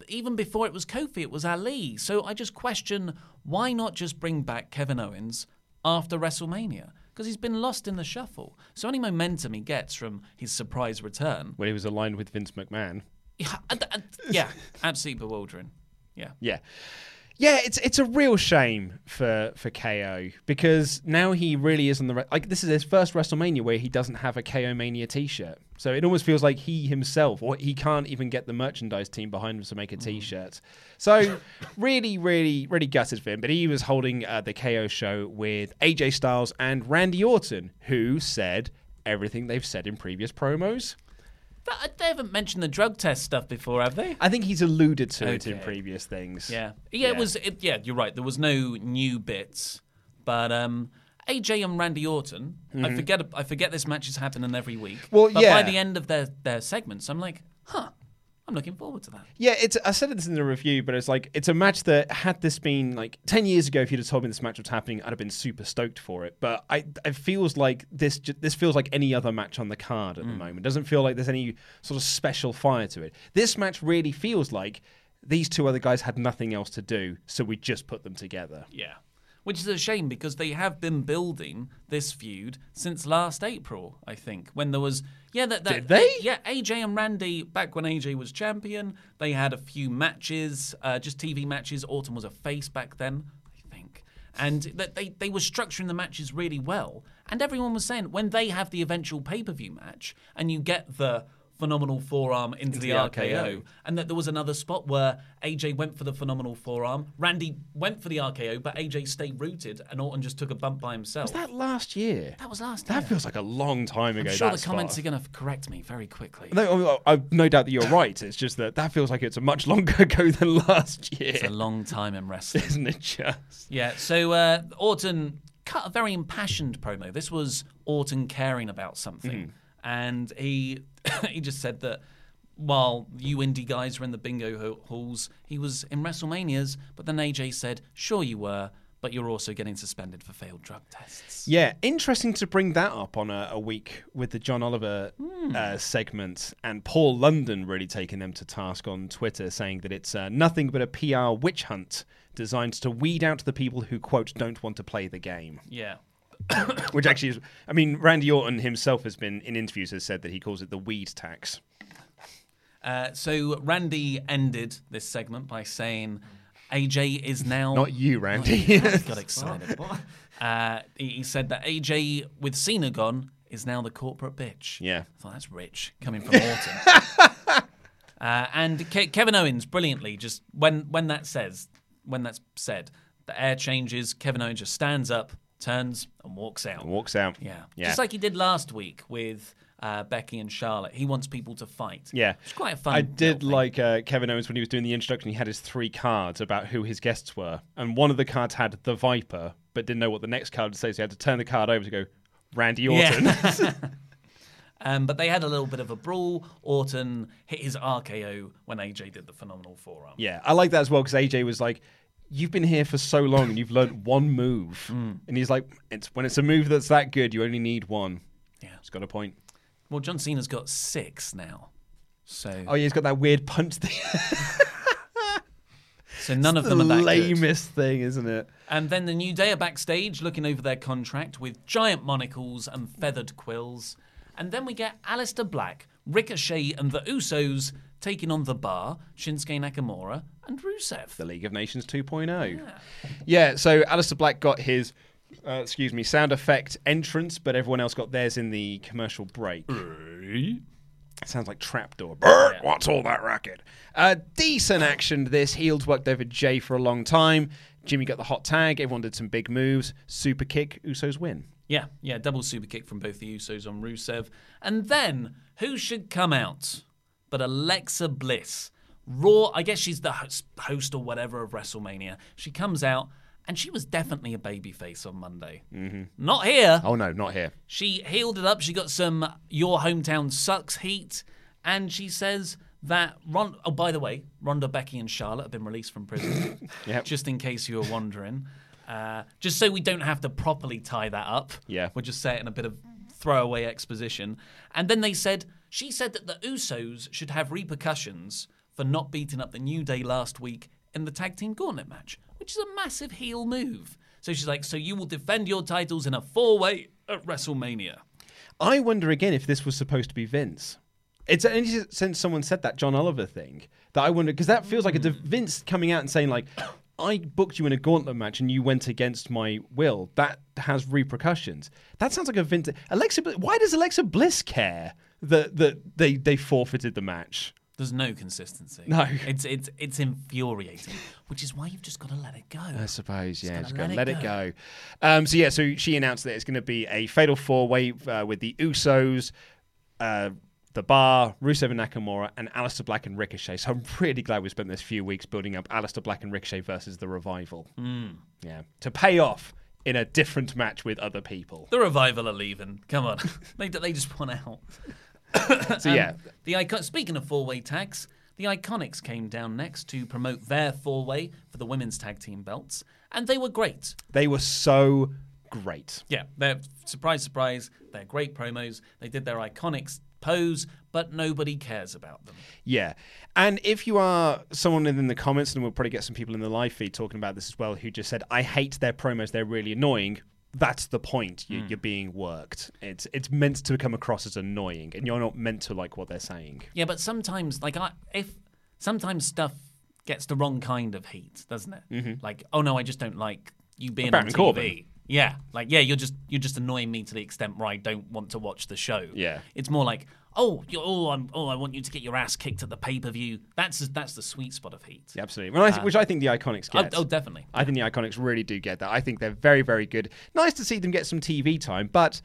even before it was Kofi, it was Ali. So I just question why not just bring back Kevin Owens after WrestleMania? Because he's been lost in the shuffle. So any momentum he gets from his surprise return, When he was aligned with Vince McMahon. yeah, and- and- yeah absolutely bewildering. Yeah. Yeah. Yeah, it's it's a real shame for for KO because now he really is on the re- like this is his first WrestleMania where he doesn't have a KO Mania T-shirt, so it almost feels like he himself or he can't even get the merchandise team behind him to make a Mm-hmm. T-shirt. So really, really, really gutted for him. But he was holding uh, the KO show with AJ Styles and Randy Orton, who said everything they've said in previous promos. But uh, they haven't mentioned the drug test stuff before, have they? I think he's alluded to it in Okay. previous things. Yeah. Yeah, it was it, yeah, you're right. There was no new bits. But um AJ and Randy Orton, I forget I forget this match is happening every week. Mm-hmm. Well, but yeah. by the end of their their segments, I'm like, "Huh. I'm looking forward to that. Yeah, it's. I said this in the review, but it's like it's a match that had this been like ten years ago, if you'd have told me this match was happening, I'd have been super stoked for it. But I, it feels like this. ju- This feels like any other match on the card Mm. at the moment. doesn't feel like there's any sort of special fire to it. This match really feels like these two other guys had nothing else to do, so we just put them together. Yeah. Which is a shame because they have been building this feud since last April, I think, when there was yeah that, that Did they? yeah AJ and Randy back when AJ was champion, they had a few matches, uh, just TV matches. Autumn was a face back then, I think, and that they they were structuring the matches really well. And everyone was saying when they have the eventual pay per view match and you get the phenomenal forearm into, the, the RKO, RKO. and that there was another spot where AJ went for the phenomenal forearm. Randy went for the RKO, but AJ stayed rooted, and Orton just took a bump by himself. Was that last year? That was last That year. feels like a long time I'm ago. sure that the comments spot. are going to correct me very quickly. No, I, I, no doubt that you're right. It's just that that feels like it's a much (laughs) longer ago than last year, It's a long time in (laughs) wrestling. (laughs) isn't it? Just yeah, so uh, Orton cut a very impassioned promo. This was Orton caring about something, and he (coughs) he just said that while you indie guys were in the bingo ho- halls, he was in WrestleManias. But then AJ said, "Sure, you were." But you're also getting suspended for failed drug tests. yeah, interesting to bring that up on a, a week with the John Oliver uh, segment and Paul London really taking them to task on Twitter, saying that it's uh, nothing but a PR witch hunt designed to weed out the people who quote don't want to play the game. (laughs) Yeah. Which actually is, I mean, Randy Orton himself has been in interviews has said that he calls it the weed tax. Uh, so Randy ended this segment by saying, "AJ is now Not you, Randy. (laughs) got excited. Uh, he, he said that AJ with Cena gone is now the corporate bitch. Yeah. I thought that's rich coming from Orton. (laughs) uh, and Ke- Kevin Owens brilliantly just when when that says when that's said, the air changes. Kevin Owens just stands up, turns, and walks out. Walks out. Yeah. yeah. Just like he did last week with. Uh, Becky and Charlotte. He wants people to fight. Yeah, it's quite a fun. I little did thing. like uh, Kevin Owens when he was doing the introduction. He had his three cards about who his guests were, and one of the cards had the Viper, but didn't know what the next card would say, so he had to turn the card over to go Randy Orton. (laughs) Um, but they had a little bit of a brawl. Orton hit his RKO when AJ did the phenomenal forearm. yeah, I like that as well because AJ was like. You've been here for so long and you've learned one move. And he's like, it's, when it's a move that's that good, you only need one. Yeah. He's got a point. Well, John Cena's got six now. So, Oh, yeah, he's got that weird punch thing. so none of the them are that good. (laughs) lamest thing, isn't it? And then the New Day are backstage looking over their contract with giant monocles and feathered quills. And then we get Alistair Black, Ricochet, and the Usos taking on The Bar, Shinsuke Nakamura, and Rusev. the League of Nations 2.0. Yeah, so Alistair Black got his, uh, excuse me, sound effect entrance, but everyone else got theirs in the commercial break. It sounds like trapdoor. Brr, What's all that racket? Uh, decent action. to This heels worked over Jay for a long time. Jimmy got the hot tag. Everyone did some big moves. Super kick. Usos win. Yeah, yeah, double super kick from both the Usos on Rusev. And then who should come out but Alexa Bliss? Raw, I guess she's the host, host or whatever of WrestleMania. She comes out and she was definitely a babyface on Monday. Mm-hmm. Not here. Oh no, not here. She healed it up. She got some Your Hometown Sucks heat. And she says that Ron. Oh, by the way, Ronda, Becky, and Charlotte have been released from prison. (laughs) Yep. Just in case you were wondering. Uh, just so we don't have to properly tie that up. Yeah. We'll just say it in a bit of throwaway exposition. And then they said, she said that the Usos should have repercussions for not beating up the New Day last week in the tag team gauntlet match, which is a massive heel move. So she's like, so you will defend your titles in a four way at WrestleMania. I wonder again if this was supposed to be Vince. It's only since someone said that John Oliver thing that I wonder because that feels like it's a Vince coming out and saying like, "I booked you in a gauntlet match and you went against my will. That has repercussions." That sounds like a Vince. Alexa, Bl- why does Alexa Bliss care that that they they forfeited the match? There's no consistency. No. It's it's it's infuriating, which is why you've just got to let it go. I suppose, yeah. gotta Just gotta let, it go. Um, so yeah, so she announced that it's going to be a fatal four way uh, with the Usos, uh, the Bar, Rusev and Nakamura, and Alistair Black and Ricochet. So I'm really glad we spent this few weeks building up Alistair Black and Ricochet versus the Revival. Yeah, to pay off in a different match with other people. The revival are leaving. Come (laughs) on, they they just want out. So yeah, The icon. Speaking of four way tags, The Iconics came down next to promote their four way for the women's tag team belts, and they were great. They were so great. Yeah, they're surprise, surprise. They're great promos. They did their Iconics pose, but nobody cares about them. Yeah. And if you are someone in the comments, and we'll probably get some people in the live feed talking about this as well, who just said, I hate their promos, they're really annoying. That's the point. Hmm. You, You're being worked. It's it's meant to come across as annoying, and you're not meant to like what they're saying. Yeah, but sometimes, like, I, if sometimes stuff gets the wrong kind of heat, doesn't it? Mm-hmm. Like, oh no, I just don't like you being Baron on TV. Corbin. Yeah, like yeah, you're just you're just annoying me to the extent where I don't want to watch the show. Yeah. it's more like oh you oh I'm oh I want you to get your ass kicked at the pay per view. That's that's the sweet spot of heat. Yeah, absolutely. Well, I th- which I think the Iconics Ah. Oh, get. oh, definitely. I think the Iconics really do get that. I think they're very, very good. Nice to see them get some TV time, but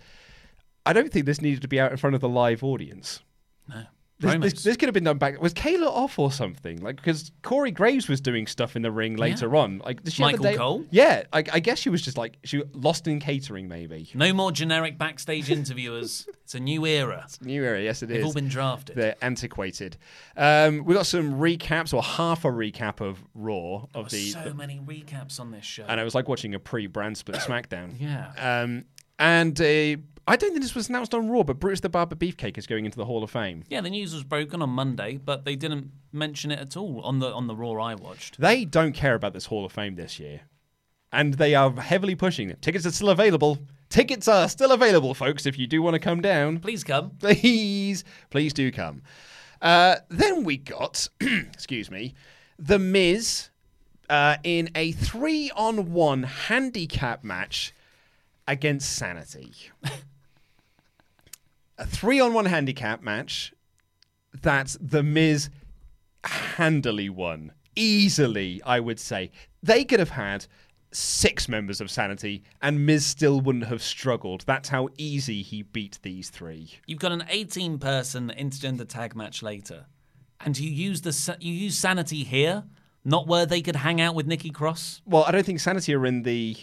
I don't think this needed to be out in front of the live audience. No. (laughs) This, Promos. this, this could have been done back. Was Kayla off or something? Like because Corey Graves was doing stuff in the ring later on. Like did she have a Michael day- Cole? Yeah, I, I guess she was just like she lost in catering. Maybe No more generic backstage interviewers. It's a new era. new era. Yes, it is. They've all been drafted. They're antiquated. Um, we got some recaps or half a recap of Raw of (laughs) the, Oh, so many recaps on this show. and it was like watching a pre-brand split SmackDown. Yeah. Um, and uh, I don't think this was announced on Raw, but Bruce the Barber Beefcake is going into the Hall of Fame. Yeah, the news was broken on Monday, but they didn't mention it at all on the on the Raw I watched. They don't care about this Hall of Fame this year, and they are heavily pushing it. Tickets are still available. Tickets are still available, folks. If you do want to come down, Please come. (laughs) please, please do come. Uh, then we got, (clears throat) excuse me, The Miz uh, in a three on one handicap match against Sanity. (laughs) a three on one handicap match that The Miz handily won. Easily, I would say. They could have had six members of Sanity and Miz still wouldn't have struggled. That's how easy he beat these three. You've got an 18 person intergender tag match later, and you use the sa- you use sanity here, not where they could hang out with Nikki Cross. Well, I don't think Sanity are in the.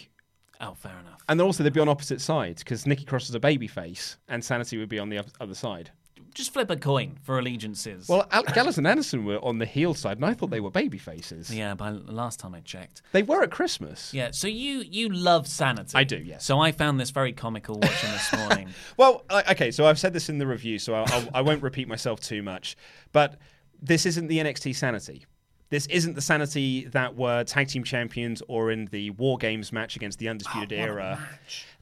Oh, fair enough. And also, they'd be on opposite sides because Nikki Cross is a babyface and Sanity would be on the oth- other side. Just flip a coin for allegiances. Well, Al- Gallows and Anderson were on the heel side, and I thought they were babyfaces. yeah, by the last time I checked. They were at Christmas. Yeah, so you you love sanity. I do, yes. So I found this very comical watching this (laughs) morning. Well, I- okay, so I've said this in the review, so I'll, I'll, I won't repeat myself too much. But this isn't the NXT sanity. This isn't the sanity that were tag team champions or in the War Games match against Oh, the Undisputed Era.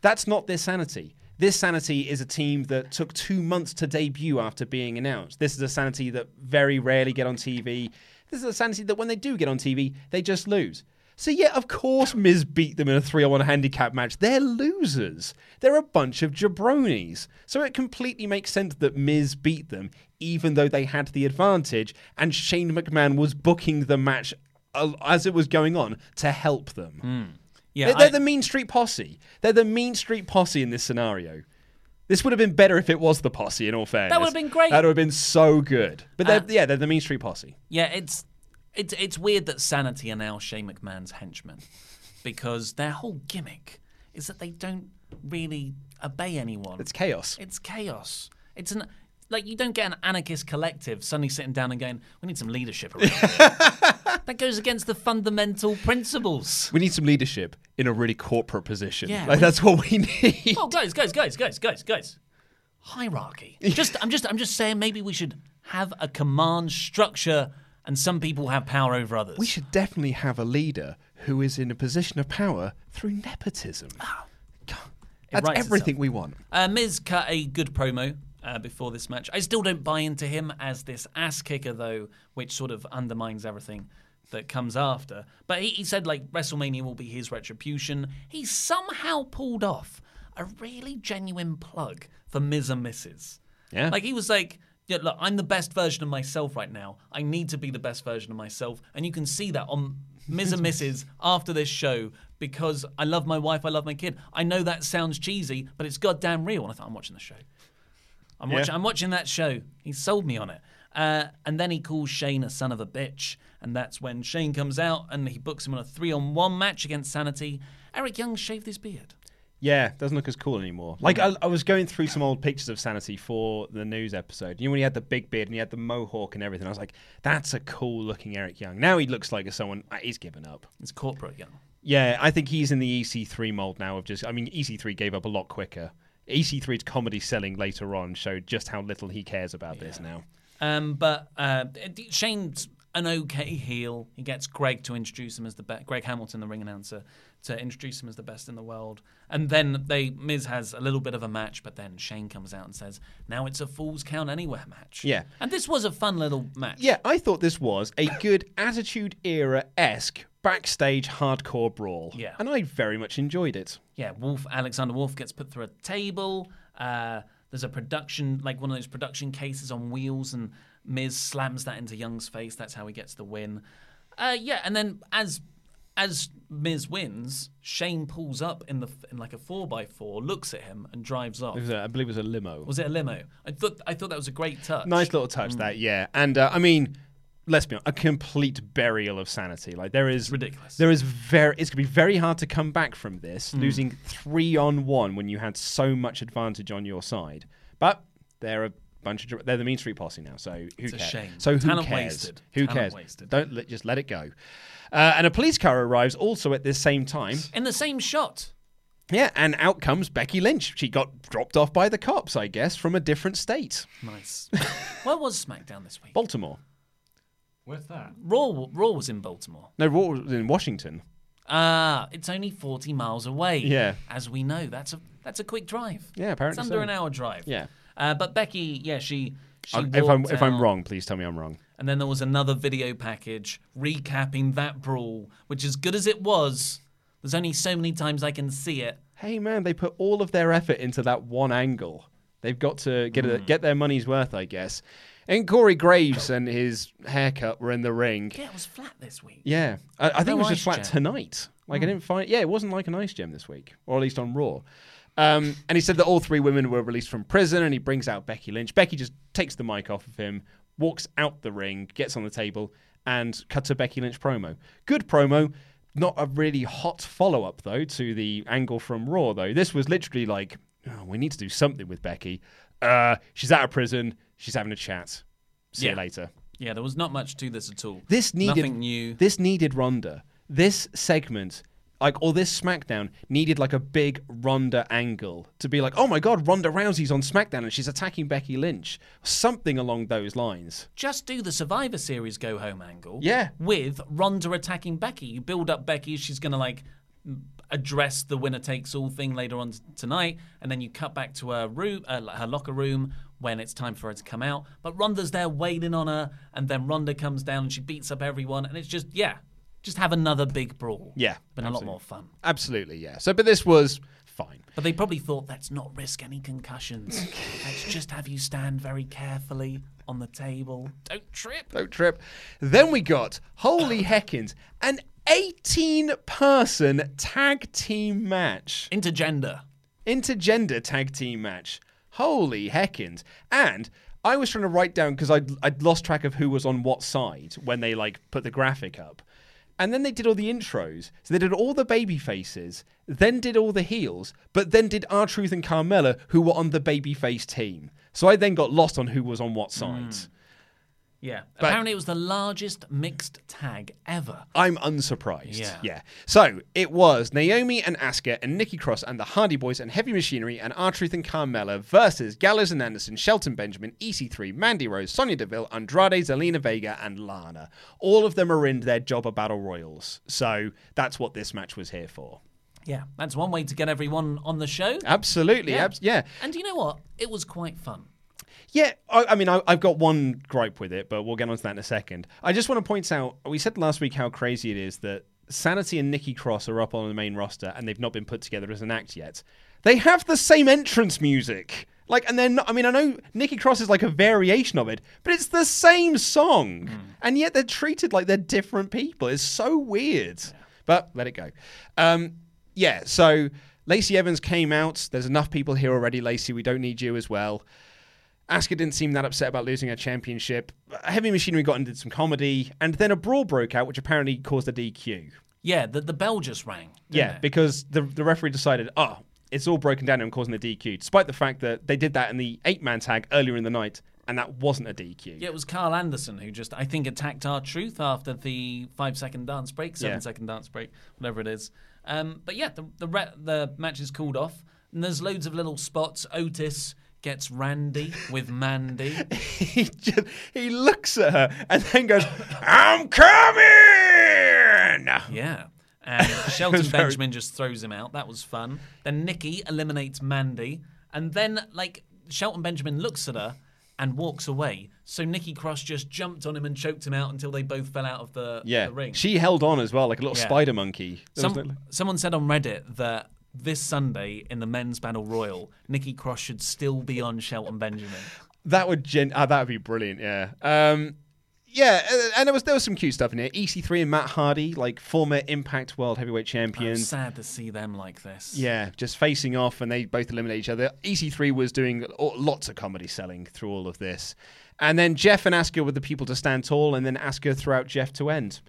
That's not this sanity. This sanity is a team that took two months to debut after being announced. This is a sanity that very rarely get on TV. This is a sanity that when they do get on TV, they just lose. So yeah, of course Miz beat them in a 3-on-1 handicap match. They're losers. They're a bunch of jabronis. So it completely makes sense that Miz beat them, even though they had the advantage, and Shane McMahon was booking the match uh, as it was going on to help them. Yeah, they're, they're I- the mean street posse. They're the mean street posse in this scenario. This would have been better if it was the posse. In all fairness, That would have been great. Uh, That would have been so good. But they're, yeah, they're the mean street posse. Yeah, it's it's it's weird that Sanity are now Shane McMahon's henchmen because their whole gimmick is that they don't really obey anyone. It's chaos. It's chaos. It's an like you don't get an anarchist collective suddenly sitting down and going, "We need some leadership." Around (laughs) here." that goes against the fundamental (laughs) principles. We need some leadership in a really corporate position. Yeah, like we- that's what we (laughs) need. Oh, guys, guys, guys, guys, guys, guys. (laughs) Hierarchy. Just, I'm just, I'm just saying. Maybe we should have a command structure, and some people have power over others. We should definitely have a leader who is in a position of power through nepotism. Ah, God, That's writes everything itself. we want. Uh, Miz cut a good promo uh, before this match. I still don't buy into him as this ass kicker, though, which sort of undermines everything that comes after. But he, he said, like, WrestleMania will be his retribution. He somehow pulled off a really genuine plug for Miz and Mrs. Yeah. Like, he was like, yeah, look, I'm the best version of myself right now. I need to be the best version of myself. And you can see that on Ms. and Mrs. after this show because I love my wife, I love my kid. I know that sounds cheesy, but it's goddamn real. And I thought, I'm watching the show. I'm, watching, I'm watching that show. He sold me on it. Uh, and then he calls Shane a son of a bitch. And that's when Shane comes out and he books him on a three on one match against Sanity. Eric Young shaved his beard. Yeah, doesn't look as cool anymore. Like I, I was going through some old pictures of Sanity for the news episode. You know when he had the big beard and he had the mohawk and everything. I was like, that's a cool looking Eric Young. Now he looks like someone. uh, He's given up. It's corporate young. Yeah, I think he's in the EC3 mold now. Of just, I mean, EC3 gave up a lot quicker. EC3's comedy selling later on showed just how little he cares about this now. Um, but uh, d- Shane's an okay heel. He gets Greg to introduce him as the best. Greg Hamilton, the ring announcer, to introduce him as the best in the world. And then they Miz has a little bit of a match, but then Shane comes out and says, "Now it's a Falls Count Anywhere match." Yeah. And this was a fun little match. Yeah, I thought this was a good Attitude Era esque backstage hardcore brawl. Yeah. And I very much enjoyed it. yeah, Wolf Alexander Wolf gets put through a table. Uh, there's a production like one of those production cases on wheels, and Miz slams that into Young's face. That's how he gets the win. Uh, yeah, and then as as Miz wins, Shane pulls up in the in like a four x four, looks at him, and drives off. It was a, Uh, I believe it was a limo. Was it a limo? I thought I thought that was a great touch. Nice little touch Mm. that, yeah. And uh, I mean, let's be honest, a complete burial of sanity. Like there is ridiculous. Mm. There is very. It's gonna be very hard to come back from this, losing three on one when you had so much advantage on your side. But they're a bunch of dr- they're the Mean Street Posse now, so who It's a cares? shame. So who Talent cares? wasted. Who Talent cares? wasted. Don't let, just let it go. Uh, and a police car arrives also at this same time. in the same shot. Yeah, and out comes Becky Lynch. She got dropped off by the cops, I guess, from a different state, (laughs) Nice. Where was SmackDown this week? Baltimore. Where's that? Raw Raw was in Baltimore. No, Raw was in Washington. Ah, it's only forty miles away. Yeah. as we know, that's a that's a quick drive. Yeah, apparently it's under so. an hour drive. Yeah. uh, but Becky, yeah, she. she I- Uh, if I'm walked if I'm out, wrong, please tell me I'm wrong. and then there was another video package recapping that brawl, which as good as it was, there's only so many times I can see it. Hey man, they put all of their effort into that one angle. They've got to get a, get their money's worth, I guess. And Corey (laughs) Graves and his haircut were in the ring. Yeah, it was flat this week. Yeah, I, I think No it was just ice flat gem. Hmm. tonight. Like I didn't find. Yeah, it wasn't like an ice gem this week, or at least on Raw. Um, and he said that all three women were released from prison, and he brings out Becky Lynch. Becky just takes the mic off of him, walks out the ring, gets on the table, and cuts a Becky Lynch promo. Good promo. Not a really hot follow up though to the angle from Raw though. This was literally like, oh, we need to do something with Becky. Uh, she's out of prison. She's having a chat. See Yeah. you later. Yeah, there was not much to this at all. This needed nothing new. This needed Ronda. This segment, like or this SmackDown, needed like a big Ronda angle to be like, oh my god, Ronda Rousey's on SmackDown and she's attacking Becky Lynch, something along those lines. just do the Survivor Series go home angle. Yeah. With Ronda attacking Becky. You build up Becky, she's going to like m- address the winner takes all thing later on t- tonight. And then you cut back to her room, uh, l- her locker room when it's time for her to come out. But Ronda's there waiting on her. And then Ronda comes down and she beats up everyone. And it's just, yeah, just have another big brawl. Yeah, Been a lot more fun. Absolutely, yeah. So, but this was fine. But they probably thought, let's not risk any concussions. let's just have you stand very carefully on the table. Don't trip. Boat trip. Then we got holy heckins, an 18-person tag team match. Intergender. intergender tag team match. Holy heckins. And I was trying to write down because I'd, I'd lost track of who was on what side when they like put the graphic up. And then they did all the intros. So they did all the baby faces, then did all the heels, but then did R Truth and Carmella, who were on the baby face team. So I then got lost on who was on what side. Yeah. Apparently, it was the largest mixed tag ever. I'm unsurprised. Yeah. So it was Naomi and Asuka and Nikki Cross and the Hardy Boys and Heavy Machinery and R Truth and Carmella versus Gallows and Anderson, Shelton Benjamin, EC3, Mandy Rose, Sonia Deville, Andrade, Zelina Vega, and Lana. All of them are in their Jobber Battle Royals. So that's what this match was here for. Yeah. That's one way to get everyone on the show. Uh, Absolutely. Yeah. yeah. And do you know what? It was quite fun. Yeah, I, I mean, I, I've got one gripe with it, but we'll get onto that in a second. I just want to point out we said last week how crazy it is that Sanity and Nikki Cross are up on the main roster and they've not been put together as an act yet. They have the same entrance music. Like, and then, I mean, I know Nikki Cross is like a variation of it, but it's the same song. And yet they're treated like they're different people. It's so weird. But let it go. Um, yeah, so Lacey Evans came out. There's enough people here already, Lacey. We don't need you as well. Asuka didn't seem that upset about losing her championship. Heavy Machinery got in and did some comedy, and then a brawl broke out, which apparently caused a DQ. Yeah. The, the bell just rang. didn't yeah, it? because the the referee decided, oh, it's all broken down and causing a DQ, despite the fact that they did that in the eight man tag earlier in the night, and that wasn't a DQ. Yeah, it was Carl Anderson who just, I think, attacked our truth after the five second dance break, Yeah. seven second dance break, whatever it is. Um, but yeah, the the, re- the match is called off, and there's loads of little spots. Otis gets Randy with (laughs) Mandy. (laughs) he just, he looks at her and then goes, "I'm coming." yeah. (laughs) And was Shelton very- Benjamin just throws him out. That was fun. Then Nikki eliminates Mandy. And then, like, Shelton Benjamin looks at her and walks away. So Nikki Cross just jumped on him and choked him out until they both fell out of the, Yeah, the ring. she held on as well, like a little Yeah. spider monkey. There was Some, no- someone said on Reddit that this Sunday in the men's battle royal, Nikki Cross should still be on Shelton Benjamin. That would gen- ah, that would be brilliant. Yeah. Um, yeah, and- and there was there was some cute stuff in here. EC3 and Matt Hardy, like former Impact World Heavyweight I'm Champions. sad to see them like this. yeah, just facing off, and they both eliminate each other. EC3 was doing o- lots of comedy selling through all of this, and then Jeff and Asuka were the people to stand tall, and then Asuka throughout Jeff to end.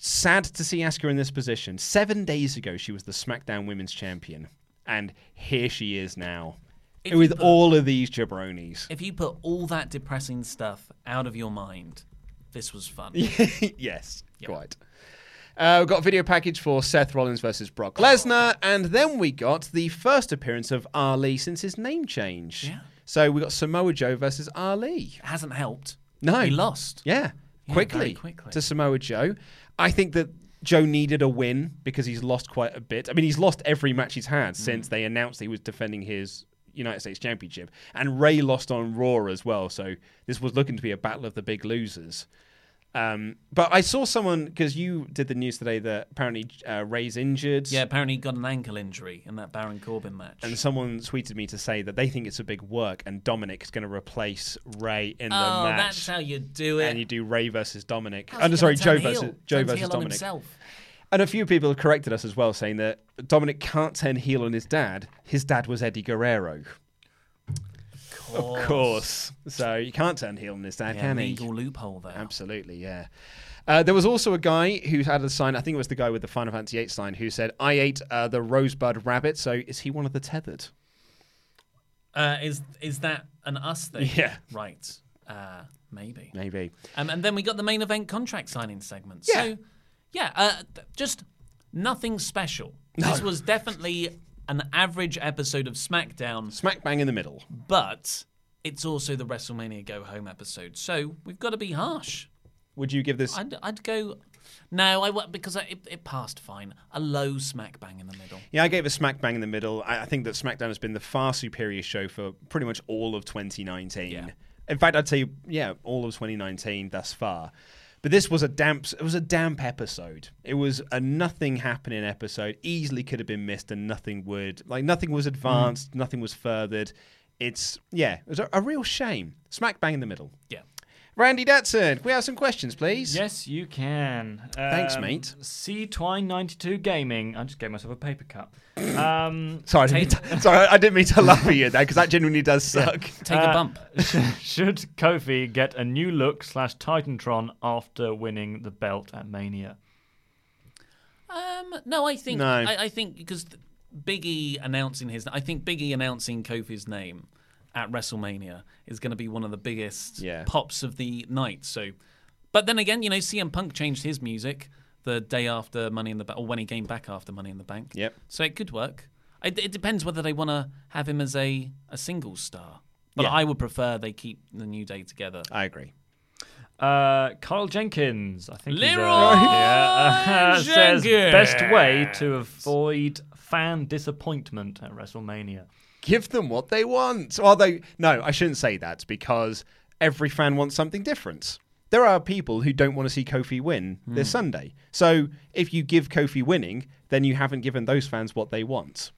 Sad to see Asuka in this position. Seven days ago, she was the SmackDown Women's Champion, and here she is now, If you with put- all of these jabronis. If you put all that depressing stuff out of your mind, this was fun. (laughs) yes, quite. Uh, we've got a video package for Seth Rollins versus Brock Lesnar, and then we got the first appearance of Ali since his name change. Yeah. So we got Samoa Joe versus Ali. It hasn't helped. No. He lost. Yeah, Yeah, quickly, very quickly. to Samoa Joe. I think that Joe needed a win because he's lost quite a bit. I mean, he's lost every match he's had Mm. since they announced he was defending his United States Championship, and Ray lost on Raw as well. So this was looking to be a battle of the big losers. Um, but I saw someone because you did the news today that apparently uh, Ray's injured. Yeah, apparently he got an ankle injury in that Baron Corbin match. And someone tweeted me to say that they think it's a big work, and Dominic is going to replace Ray in the oh, match that's how you do it. and you do Ray versus Dominic. How's he Oh, no, gonna sorry, Joe turn heel? versus Joe Turns versus heel on Dominic. himself. And a few people have corrected us as well, saying that Dominic can't turn heel on his dad. His dad was Eddie Guerrero. Of course. So you can't turn heel on his dad, Yeah, can he? legal loophole there. Absolutely, yeah. Uh, there was also a guy who had a sign. I think it was the guy with the Final Fantasy VIII sign who said, "I ate uh, the rosebud rabbit." So is he one of the tethered? Uh, is is that an us thing? Yeah. Right. Uh, maybe. Maybe. Um, and then we got the main event contract signing segment. Yeah. So, yeah, uh, th- just nothing special. This was definitely an average episode of SmackDown, Smack bang in the middle. but it's also the WrestleMania Go Home episode. So we've got to be harsh. Would you give this? I'd, I'd go. No, I wa- because I, it, it passed fine. A low smack bang in the middle. Yeah, I gave a smack bang in the middle. I, I think that SmackDown has been the far superior show for pretty much all of 2019. Yeah. In fact, I'd say yeah, all of 2019 thus far. But this was a damp. It was a damp episode. It was a nothing happening episode. Easily could have been missed, and nothing would. Like nothing was advanced. Nothing was furthered. It's yeah, it was a, a real shame. Smack bang in the middle. Yeah. Randy Datson, can we have some questions, please? Yes, you can. Um, Thanks, mate. C Twine ninety two gaming. I just gave myself a paper cut. Um, Sorry, I didn't mean to, sorry, I didn't mean to laugh at you there because that genuinely does suck. Take a bump. should Kofi get a new look slash Titantron after winning the belt at Mania? Um, no, I think No. I, I think because Biggie announcing his, I think Biggie announcing Kofi's name at WrestleMania is going to be one of the biggest Yeah. pops of the night. So, but then again, you know, CM Punk changed his music the day after Money in the Bank, or when he came back after Money in the Bank. Yep. So it could work. It, it depends whether they want to have him as a a singles star. But Yeah. I would prefer they keep the New Day together. I agree. Uh, Kyle Jenkins, I think. he's, uh, Leroy yeah, (laughs) uh, says Jenkins. best way to avoid fan disappointment at WrestleMania. give them what they want. Although, no, I shouldn't say that because every fan wants something different. There are people who don't want to see Kofi win Hmm. this Sunday. So if you give Kofi winning, then you haven't given those fans what they want.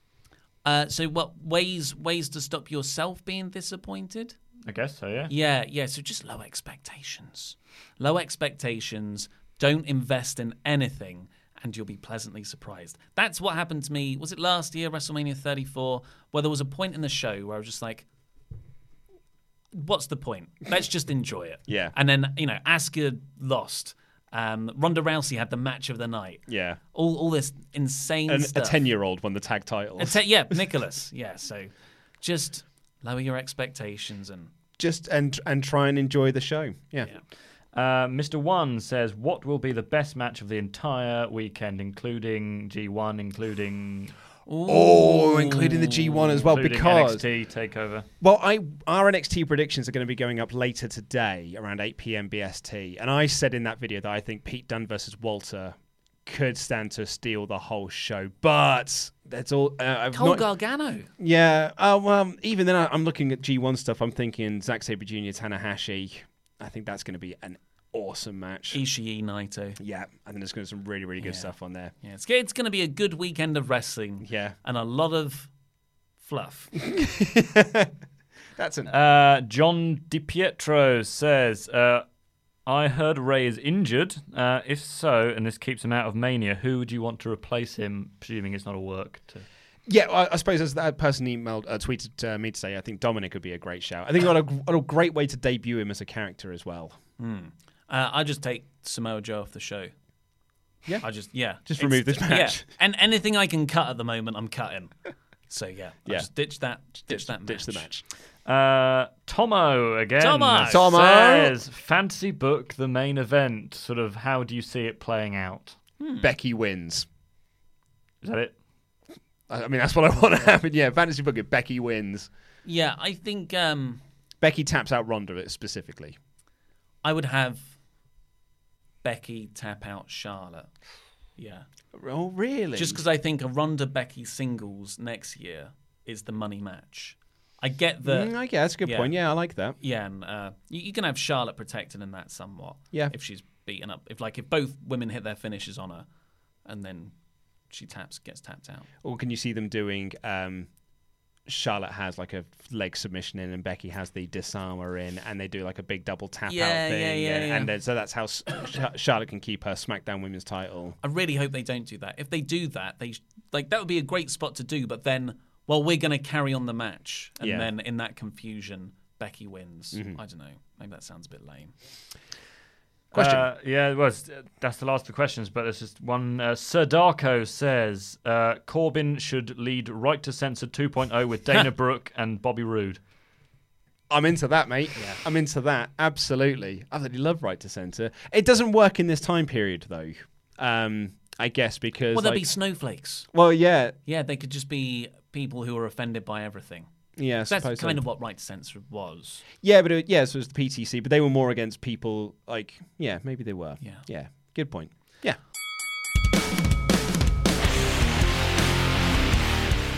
Uh, so what ways ways to stop yourself being disappointed? I guess so. Yeah. Yeah, yeah. So just low expectations. Low expectations. Don't invest in anything, and you'll be pleasantly surprised. That's what happened to me. Was it last year, WrestleMania 34, where there was a point in the show where I was just like, "What's the point? Let's just enjoy it." Yeah. And then you know, Asuka lost, Um, Ronda Rousey had the match of the night. Yeah. All, all this insane An, a stuff. 10 year old won the tag title. A te- yeah, Nicholas. Yeah, so just lower your expectations and Just and and try and enjoy the show. Yeah. Uh, Mr. One says, "What will be the best match of the entire weekend, including G1, including Oh, including the G1 as well, including because- NXT Takeover." Well, I our NXT predictions are going to be going up later today around 8 p.m. BST, and I said in that video that I think Pete Dunne versus Walter could stand to steal the whole show, but that's all. Uh, I've Cole not- Gargano. Yeah. Um, um, even then, I, I'm looking at G1 stuff. I'm thinking Zack Sabre Jr., Tanahashi. I think that's going to be an awesome match. Ishii Naito. Yeah. And then there's going to be some really, really good stuff on there. E Yeah, it's, it's going to be a good weekend of wrestling. Yeah. And a lot of fluff. That's an. Uh, John Di Pietro says, uh, "I heard Ray is injured. Uh, if so, and this keeps him out of Mania, who would you want to replace him? Presuming it's not a work." To... Yeah, I, I suppose as that person emailed, uh, tweeted to me today, I think Dominic would be a great shout. I think what a, what a great way to debut him as a character as well. Uh, I just take Samoa Joe off the show. Yeah. I just yeah. Just remove this match. Yeah. And anything I can cut at the moment, I'm cutting. So yeah, I Yeah. just ditch that. Ditch, that. Match. Ditch the match. Uh, Tomo again. Tomo! Tomo! says, "Fancy book the main event. Sort of, how do you see it playing out? Becky wins. Is that it?" I I mean, that's what I want to happen. Yeah, fantasy book it. Becky wins. Yeah, I think um, Becky taps out Ronda specifically. I would have Becky tap out Charlotte. Yeah. Oh, really? Just because I think a Ronda Becky singles next year is the money match. I get that. Mm, okay, that's a good uh, Yeah. point. Yeah, I like that. Yeah, and uh, you, you can have Charlotte protected in that somewhat. Yeah. If she's beaten up, if like if both women hit their finishes on her, and then she taps gets tapped out. Or can you see them doing? Um, Charlotte has like a leg submission in, and Becky has the disarmer in, and they do like a big double tap Yeah, out thing. yeah, yeah, and, yeah. and then, so that's how S- Sh- Charlotte can keep her SmackDown Women's title. I really hope they don't do that. If they do that, they sh- like that would be a great spot to do. But then, well, we're going to carry on the match, and Yeah. Mm-hmm. then in that confusion, Becky wins. I don't know. Maybe that sounds a bit lame. Question. Uh, yeah, it was. That's the last of the questions, but there's just one. Uh, Sir Darko says uh, Corbin should lead Right to Censor (laughs) 2.0 with Dana Brooke and Bobby Roode. I'm into that, mate. I'm into that. Absolutely. I really love Right to Center. It doesn't work in this time period, though. Um, I guess because. Well, there'd like- be snowflakes. well, yeah. Yeah, they could just be people who are offended by everything. Yeah, I That's suppose so. kind of what right to censor was. Yeah, but it, yeah, so it was the PTC, but they were more against people like yeah, maybe they were. Yeah. yeah, good point. Yeah.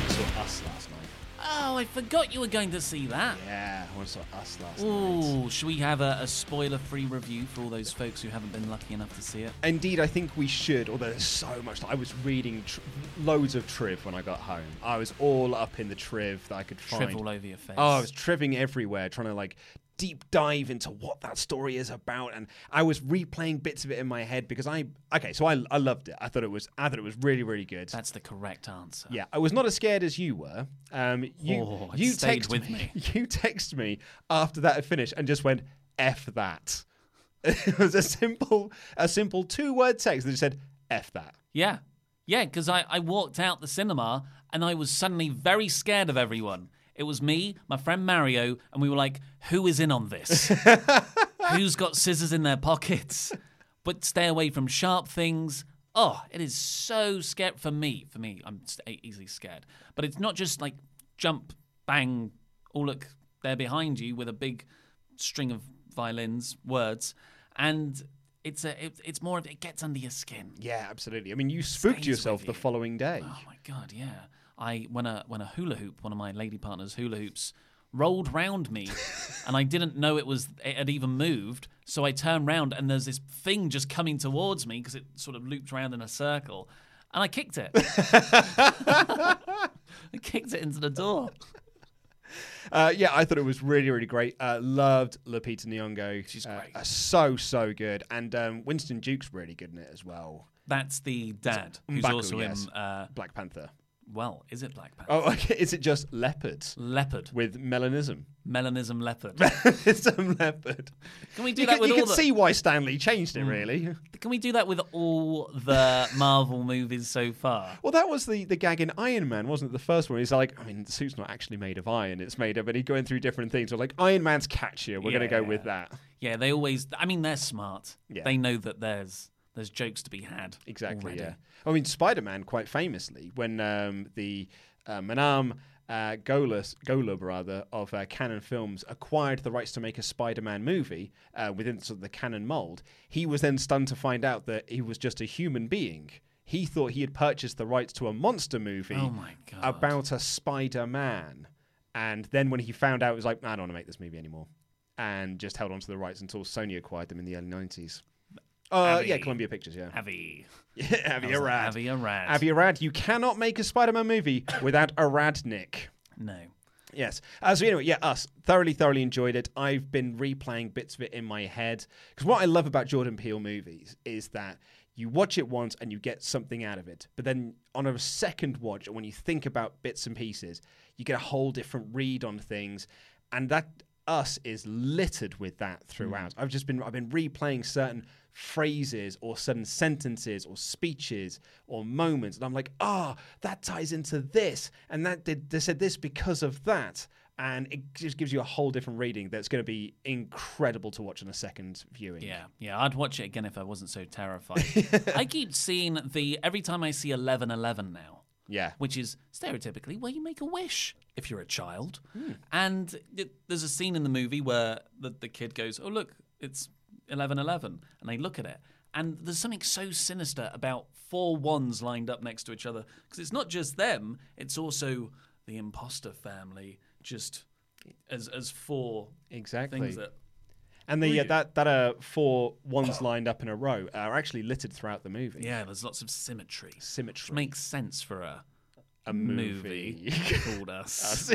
Saw us last night. Oh, I forgot you were going to see that. Yeah, I saw us last Ooh, should we have a, a spoiler-free review for all those folks who haven't been lucky enough to see it? Indeed, I think we should. Although there's so much, I was reading tr- loads of Triv when I got home. I was all up in the Triv that I could find. Triv all over your face. Oh, I was triving everywhere, trying to like deep dive into what that story is about, and I was replaying bits of it in my head because I okay, so I I loved it. I thought it was I thought it was really really good. That's the correct answer. yeah, I was not as scared as you were. Um, you Oh, it you stayed text with me. (laughs) You text me after that had finished and just went f that. (laughs) it was a simple a simple two word text that just said f that. Yeah. Yeah, because I, I walked out the cinema and I was suddenly very scared of everyone. It was me, my friend Mario, and we were like, who is in on this? Who's got scissors in their pockets? But stay away from sharp things. Oh, it is so scared for me. For me, I'm s- e- easily scared. But it's not just like jump, bang, oh, look, they're behind you with a big string of violins, words. And it's, a, it, it's more of it gets under your skin. Yeah, absolutely. I mean, you spooked Stays yourself with the you. following day. Oh my god, yeah. I when a when a hula hoop, one of my lady partners' hula hoops, rolled round (laughs) me, and I didn't know it was it had even moved. So I turned round and there's this thing just coming towards me because it sort of looped round in a circle, and I kicked (laughs) it. I kicked it into the door. Uh, yeah, I thought it was really, really great. Uh, loved Lupita Nyong'o. She's great. so, so good. And um, Winston Duke's really good in it as well. That's the dad who's M'Baku, also yes. in uh, Black Panther. Well, is it Black Panther? Oh, (laughs) okay. Is it just leopard? Leopard. With melanism. (laughs) Melanism leopard. melanism leopard. Can we do you that can, with you all can the- Hmm. see why Stanley changed it, really. (laughs) Can we do that with all the Marvel movies so far? Well, that was the, the gag in Iron Man, wasn't it? The first one. He's like, I mean, the suit's not actually made of iron. It's made of, and he's going through different things. We're like, Iron Man's catchier. We're going to go with that. Yeah, they always. I mean, they're smart. Yeah. They know that there's there's jokes to be had. Exactly. already. Yeah. I mean, Spider Man, quite famously, when um, the uh, Manam uh, Golus, Golub rather of uh, Canon Films acquired the rights to make a Spider Man movie uh, within sort of the Canon mold, he was then stunned to find out that he was just a human being. He thought he had purchased the rights to a monster movie Oh my God. about a Spider Man. And then when he found out, he was like, I don't want to make this movie anymore. And just held on to the rights until Sony acquired them in the early 90s. Uh, Avi. yeah, Columbia Pictures, yeah. Avi. (laughs) Have you like, rad? "Have you rad?" Have you rad? You cannot make a Spider-Man movie without a Radnick. No. Yes. Uh, so anyway, yeah, us thoroughly, thoroughly enjoyed it. I've been replaying bits of it in my head because what I love about Jordan Peele movies is that you watch it once and you get something out of it, but then on a second watch, when you think about bits and pieces, you get a whole different read on things, and that us is littered with that throughout. I've just been I've been replaying certain phrases or certain sentences or speeches or moments and I'm like, "Ah, that ties into this and that did they said this because of that." And it just gives you a whole different reading that's going to be incredible to watch on a second viewing. Yeah, yeah, I'd watch it again if I wasn't so (laughs) terrified. I keep seeing the every time I see eleven eleven now. Yeah. which is stereotypically where you make a wish if you're a child. Hmm. And it, there's a scene in the movie where the, the kid goes, "Oh look, it's 1111," and they look at it, and there's something so sinister about four ones lined up next to each other because it's not just them; it's also the imposter family, just as as four Exactly. things that. And the, yeah, that that uh, four ones lined up in a row are actually littered throughout the movie. Yeah, there's lots of symmetry. Which Symmetry. makes sense for a, A movie, (laughs) called Us.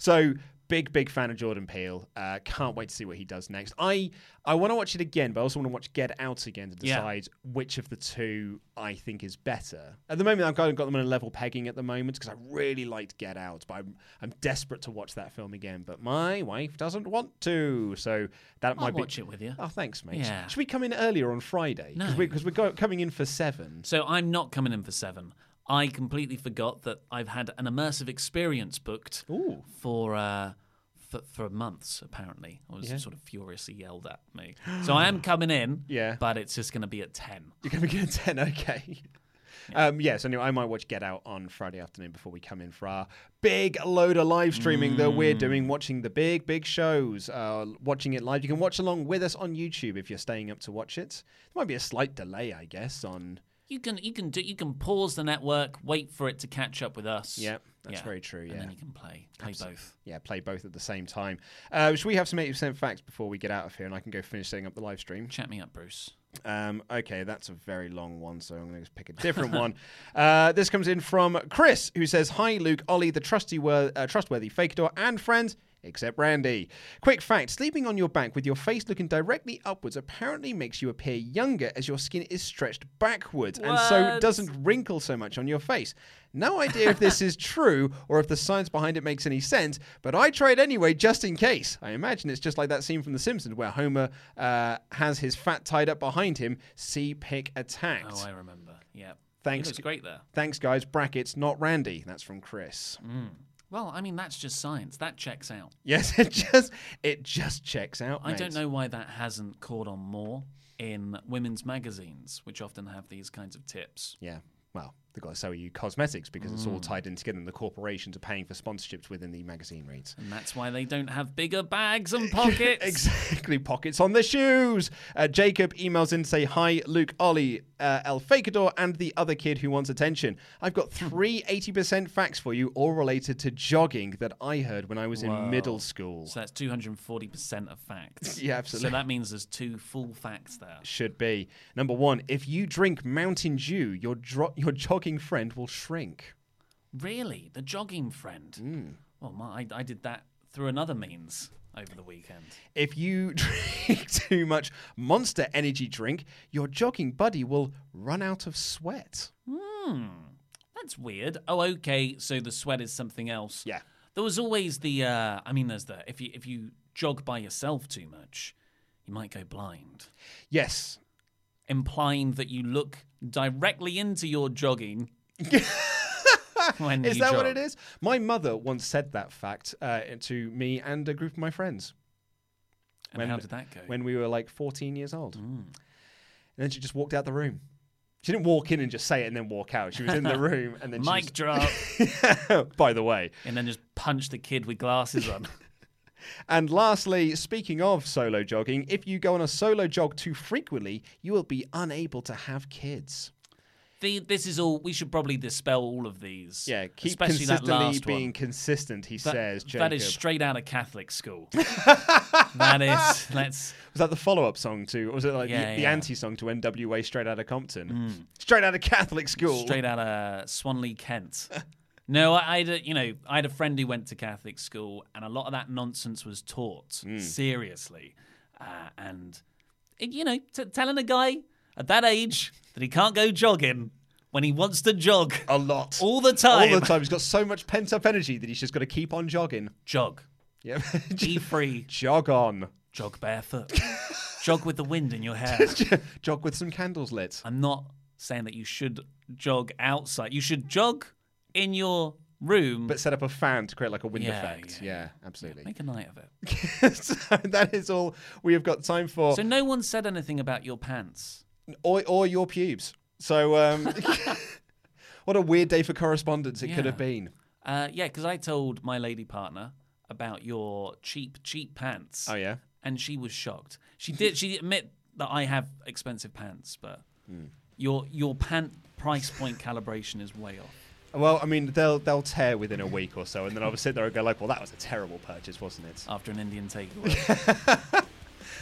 so big, big fan of Jordan Peele. Uh, can't wait to see what he does next. I I want to watch it again, but I also want to watch Get Out again to Yeah. decide which of the two I think is better. At the moment, I've kind of got them on a level pegging at the moment because I really liked Get Out, but I'm I'm desperate to watch that film again. But my wife doesn't want to, so that I'll might be. watch it with you. Oh, thanks, mate. Yeah. Should we come in earlier on Friday? No. Because we're, go- coming in for seven. So I'm not coming in for seven. I completely forgot that I've had an immersive experience booked Ooh. for uh, for, for months. Apparently, I was Yeah. sort of furiously yelled at me. So (gasps) I am coming in. Yeah. but it's just going to be at ten. You're going to be good at 10, okay. Um, yeah, so anyway, I might watch Get Out on Friday afternoon before we come in for our big load of live streaming that we're doing, watching the big, big shows, uh, watching it live. You can watch along with us on YouTube if you're staying up to watch it. There might be a slight delay, I guess, on. You can you can do you can pause the network, wait for it to catch up with us. Yep, that's very true, and yeah. then you can play play both. Yeah, play both at the same time. Uh, should we have some 80% facts before we get out of here and I can go finish setting up the live stream? Chat me up, Bruce. Um, okay, that's a very long one, so I'm going to pick a different one. Uh, this comes in from Chris, who says, "Hi, Luke, Ollie, the trusty wor- uh, trustworthy fakador, and friends." Except Randy. Quick fact sleeping on your back with your face looking directly upwards apparently makes you appear younger as your skin is stretched backwards and so What? doesn't wrinkle so much on your face. No idea if (laughs) this is true or if the science behind it makes any sense, but I tried anyway just in case. I imagine it's just like that scene from The Simpsons where Homer uh, has his fat tied up behind him. See pick attacked. Oh, I remember. Yeah, Thanks. It looks great there. Thanks, guys. Brackets, not Randy. That's from Chris. Mm. Well, I mean that's just science. That checks out. Yes, (laughs) it just it just checks out. I don't mate. know why that hasn't caught on more in women's magazines, which often have these kinds of tips. Yeah. Well, they've got to sell you cosmetics because it's Mm. all tied in together and the corporations are paying for sponsorships within the magazine reads. And that's why they don't have bigger bags (laughs) and pockets. Exactly, pockets on the shoes. Uh, Jacob emails in to say hi, Luke, Ollie, uh, El Fakador, and the other kid who wants attention. I've got three 80% facts for you, all related to jogging that I heard when I was in middle school. So that's 240% of facts. (laughs) Yeah, absolutely. So that means there's two full facts there. Should be number one. If you drink Mountain Dew, your dro- (laughs) your jogging friend will shrink. Really? The jogging friend? Mm. Well, my, I, I did that through another means over the weekend. If you (laughs) drink too much Monster Energy drink, your jogging buddy will run out of sweat. Hmm. that's weird. Oh, okay. So the sweat is something else. Yeah. There was always the. Uh, I mean, there's the if you if you jog by yourself too much, you might go blind. Yes. Implying that you look directly into your (laughs) jogging. when Mm, is you that what jog. it is? My mother once said that fact uh, to me and a group of my friends. And how did that go? Mm. When we were like 14 years old. And then she just walked out the room. She didn't walk in and just say it and then walk out. She (laughs) was in the room and then she Mic just- (laughs) drop. By the way. And then just punch the kid with glasses (laughs) on. And lastly, speaking of solo jogging, if you go on a solo jog too frequently, you will be unable to have kids. The, this is all. We should probably dispel all of these. Yeah, keep especially that consistently last one. being consistent, he That- says, Jacob. that is straight out of Catholic (laughs) school. that is. Let's. Was that the follow-up song to? Was it like the, Yeah, the yeah. Mm. anti-song to NWA Straight Outta Compton? Straight out of Catholic school. Straight out of Swanley, (laughs) Kent. no, I, I had a, you know, I had a friend who went to Catholic school, and a lot of that nonsense was taught Hmm. seriously. Uh, and it- you know, t- telling a guy at that age that he can't go jogging when he wants to jog a lot, all the time, All the time. He's got so much pent-up energy that he's just got to keep on jogging. jog, Yeah. (laughs) be free, Jog on. (laughs) jog barefoot, jog with the wind in your hair. Jog with some candles lit. I'm not saying that you should jog outside. You should jog in your room. But set up a fan to create like a wind Um, Yeah, effect. Yeah, absolutely. Make a night of it. (laughs) so that is all we have got time for. So no one said anything about your pants. or, or your pubes. (laughs) So um, (laughs) what a weird day for correspondence it could Yeah. have been. Uh, yeah, because I told my lady partner about your cheap, cheap pants. Oh yeah. And she was shocked. She did. She admit that I have expensive pants, but Hmm. your your pant price point calibration is way off. Well, I mean, they'll they'll tear within a week or so, and then I'll sit there and go like, "Well, that was a terrible purchase, wasn't it?" After an Indian (laughs) takeaway,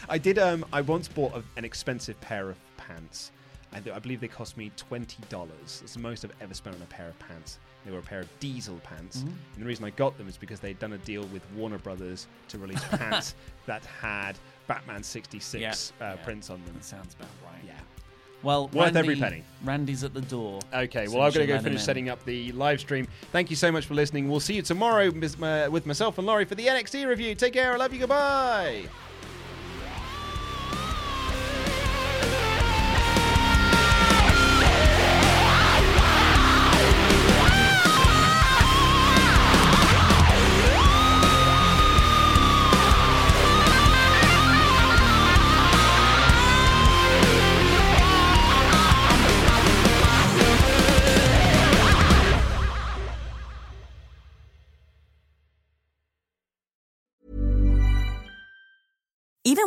I did. Um, I once bought a, an expensive pair of pants. I, th- I believe they cost me twenty dollars. It's the most I've ever spent on a pair of pants. They were a pair of diesel pants, Mm-hmm. and the reason I got them is because they'd done a deal with Warner Brothers (laughs) to release pants that had Batman sixty six Yeah. uh, Yeah. prints on them. that sounds about right. Yeah. Well, Worth every Randy- penny. Randy's at the door. Okay, so well, we I'm going should to go let him finish in. setting up the live stream. Thank you so much for listening. We'll see you tomorrow mis- uh, with myself and Laurie for the NXT review. Take care. I love you. Goodbye. Even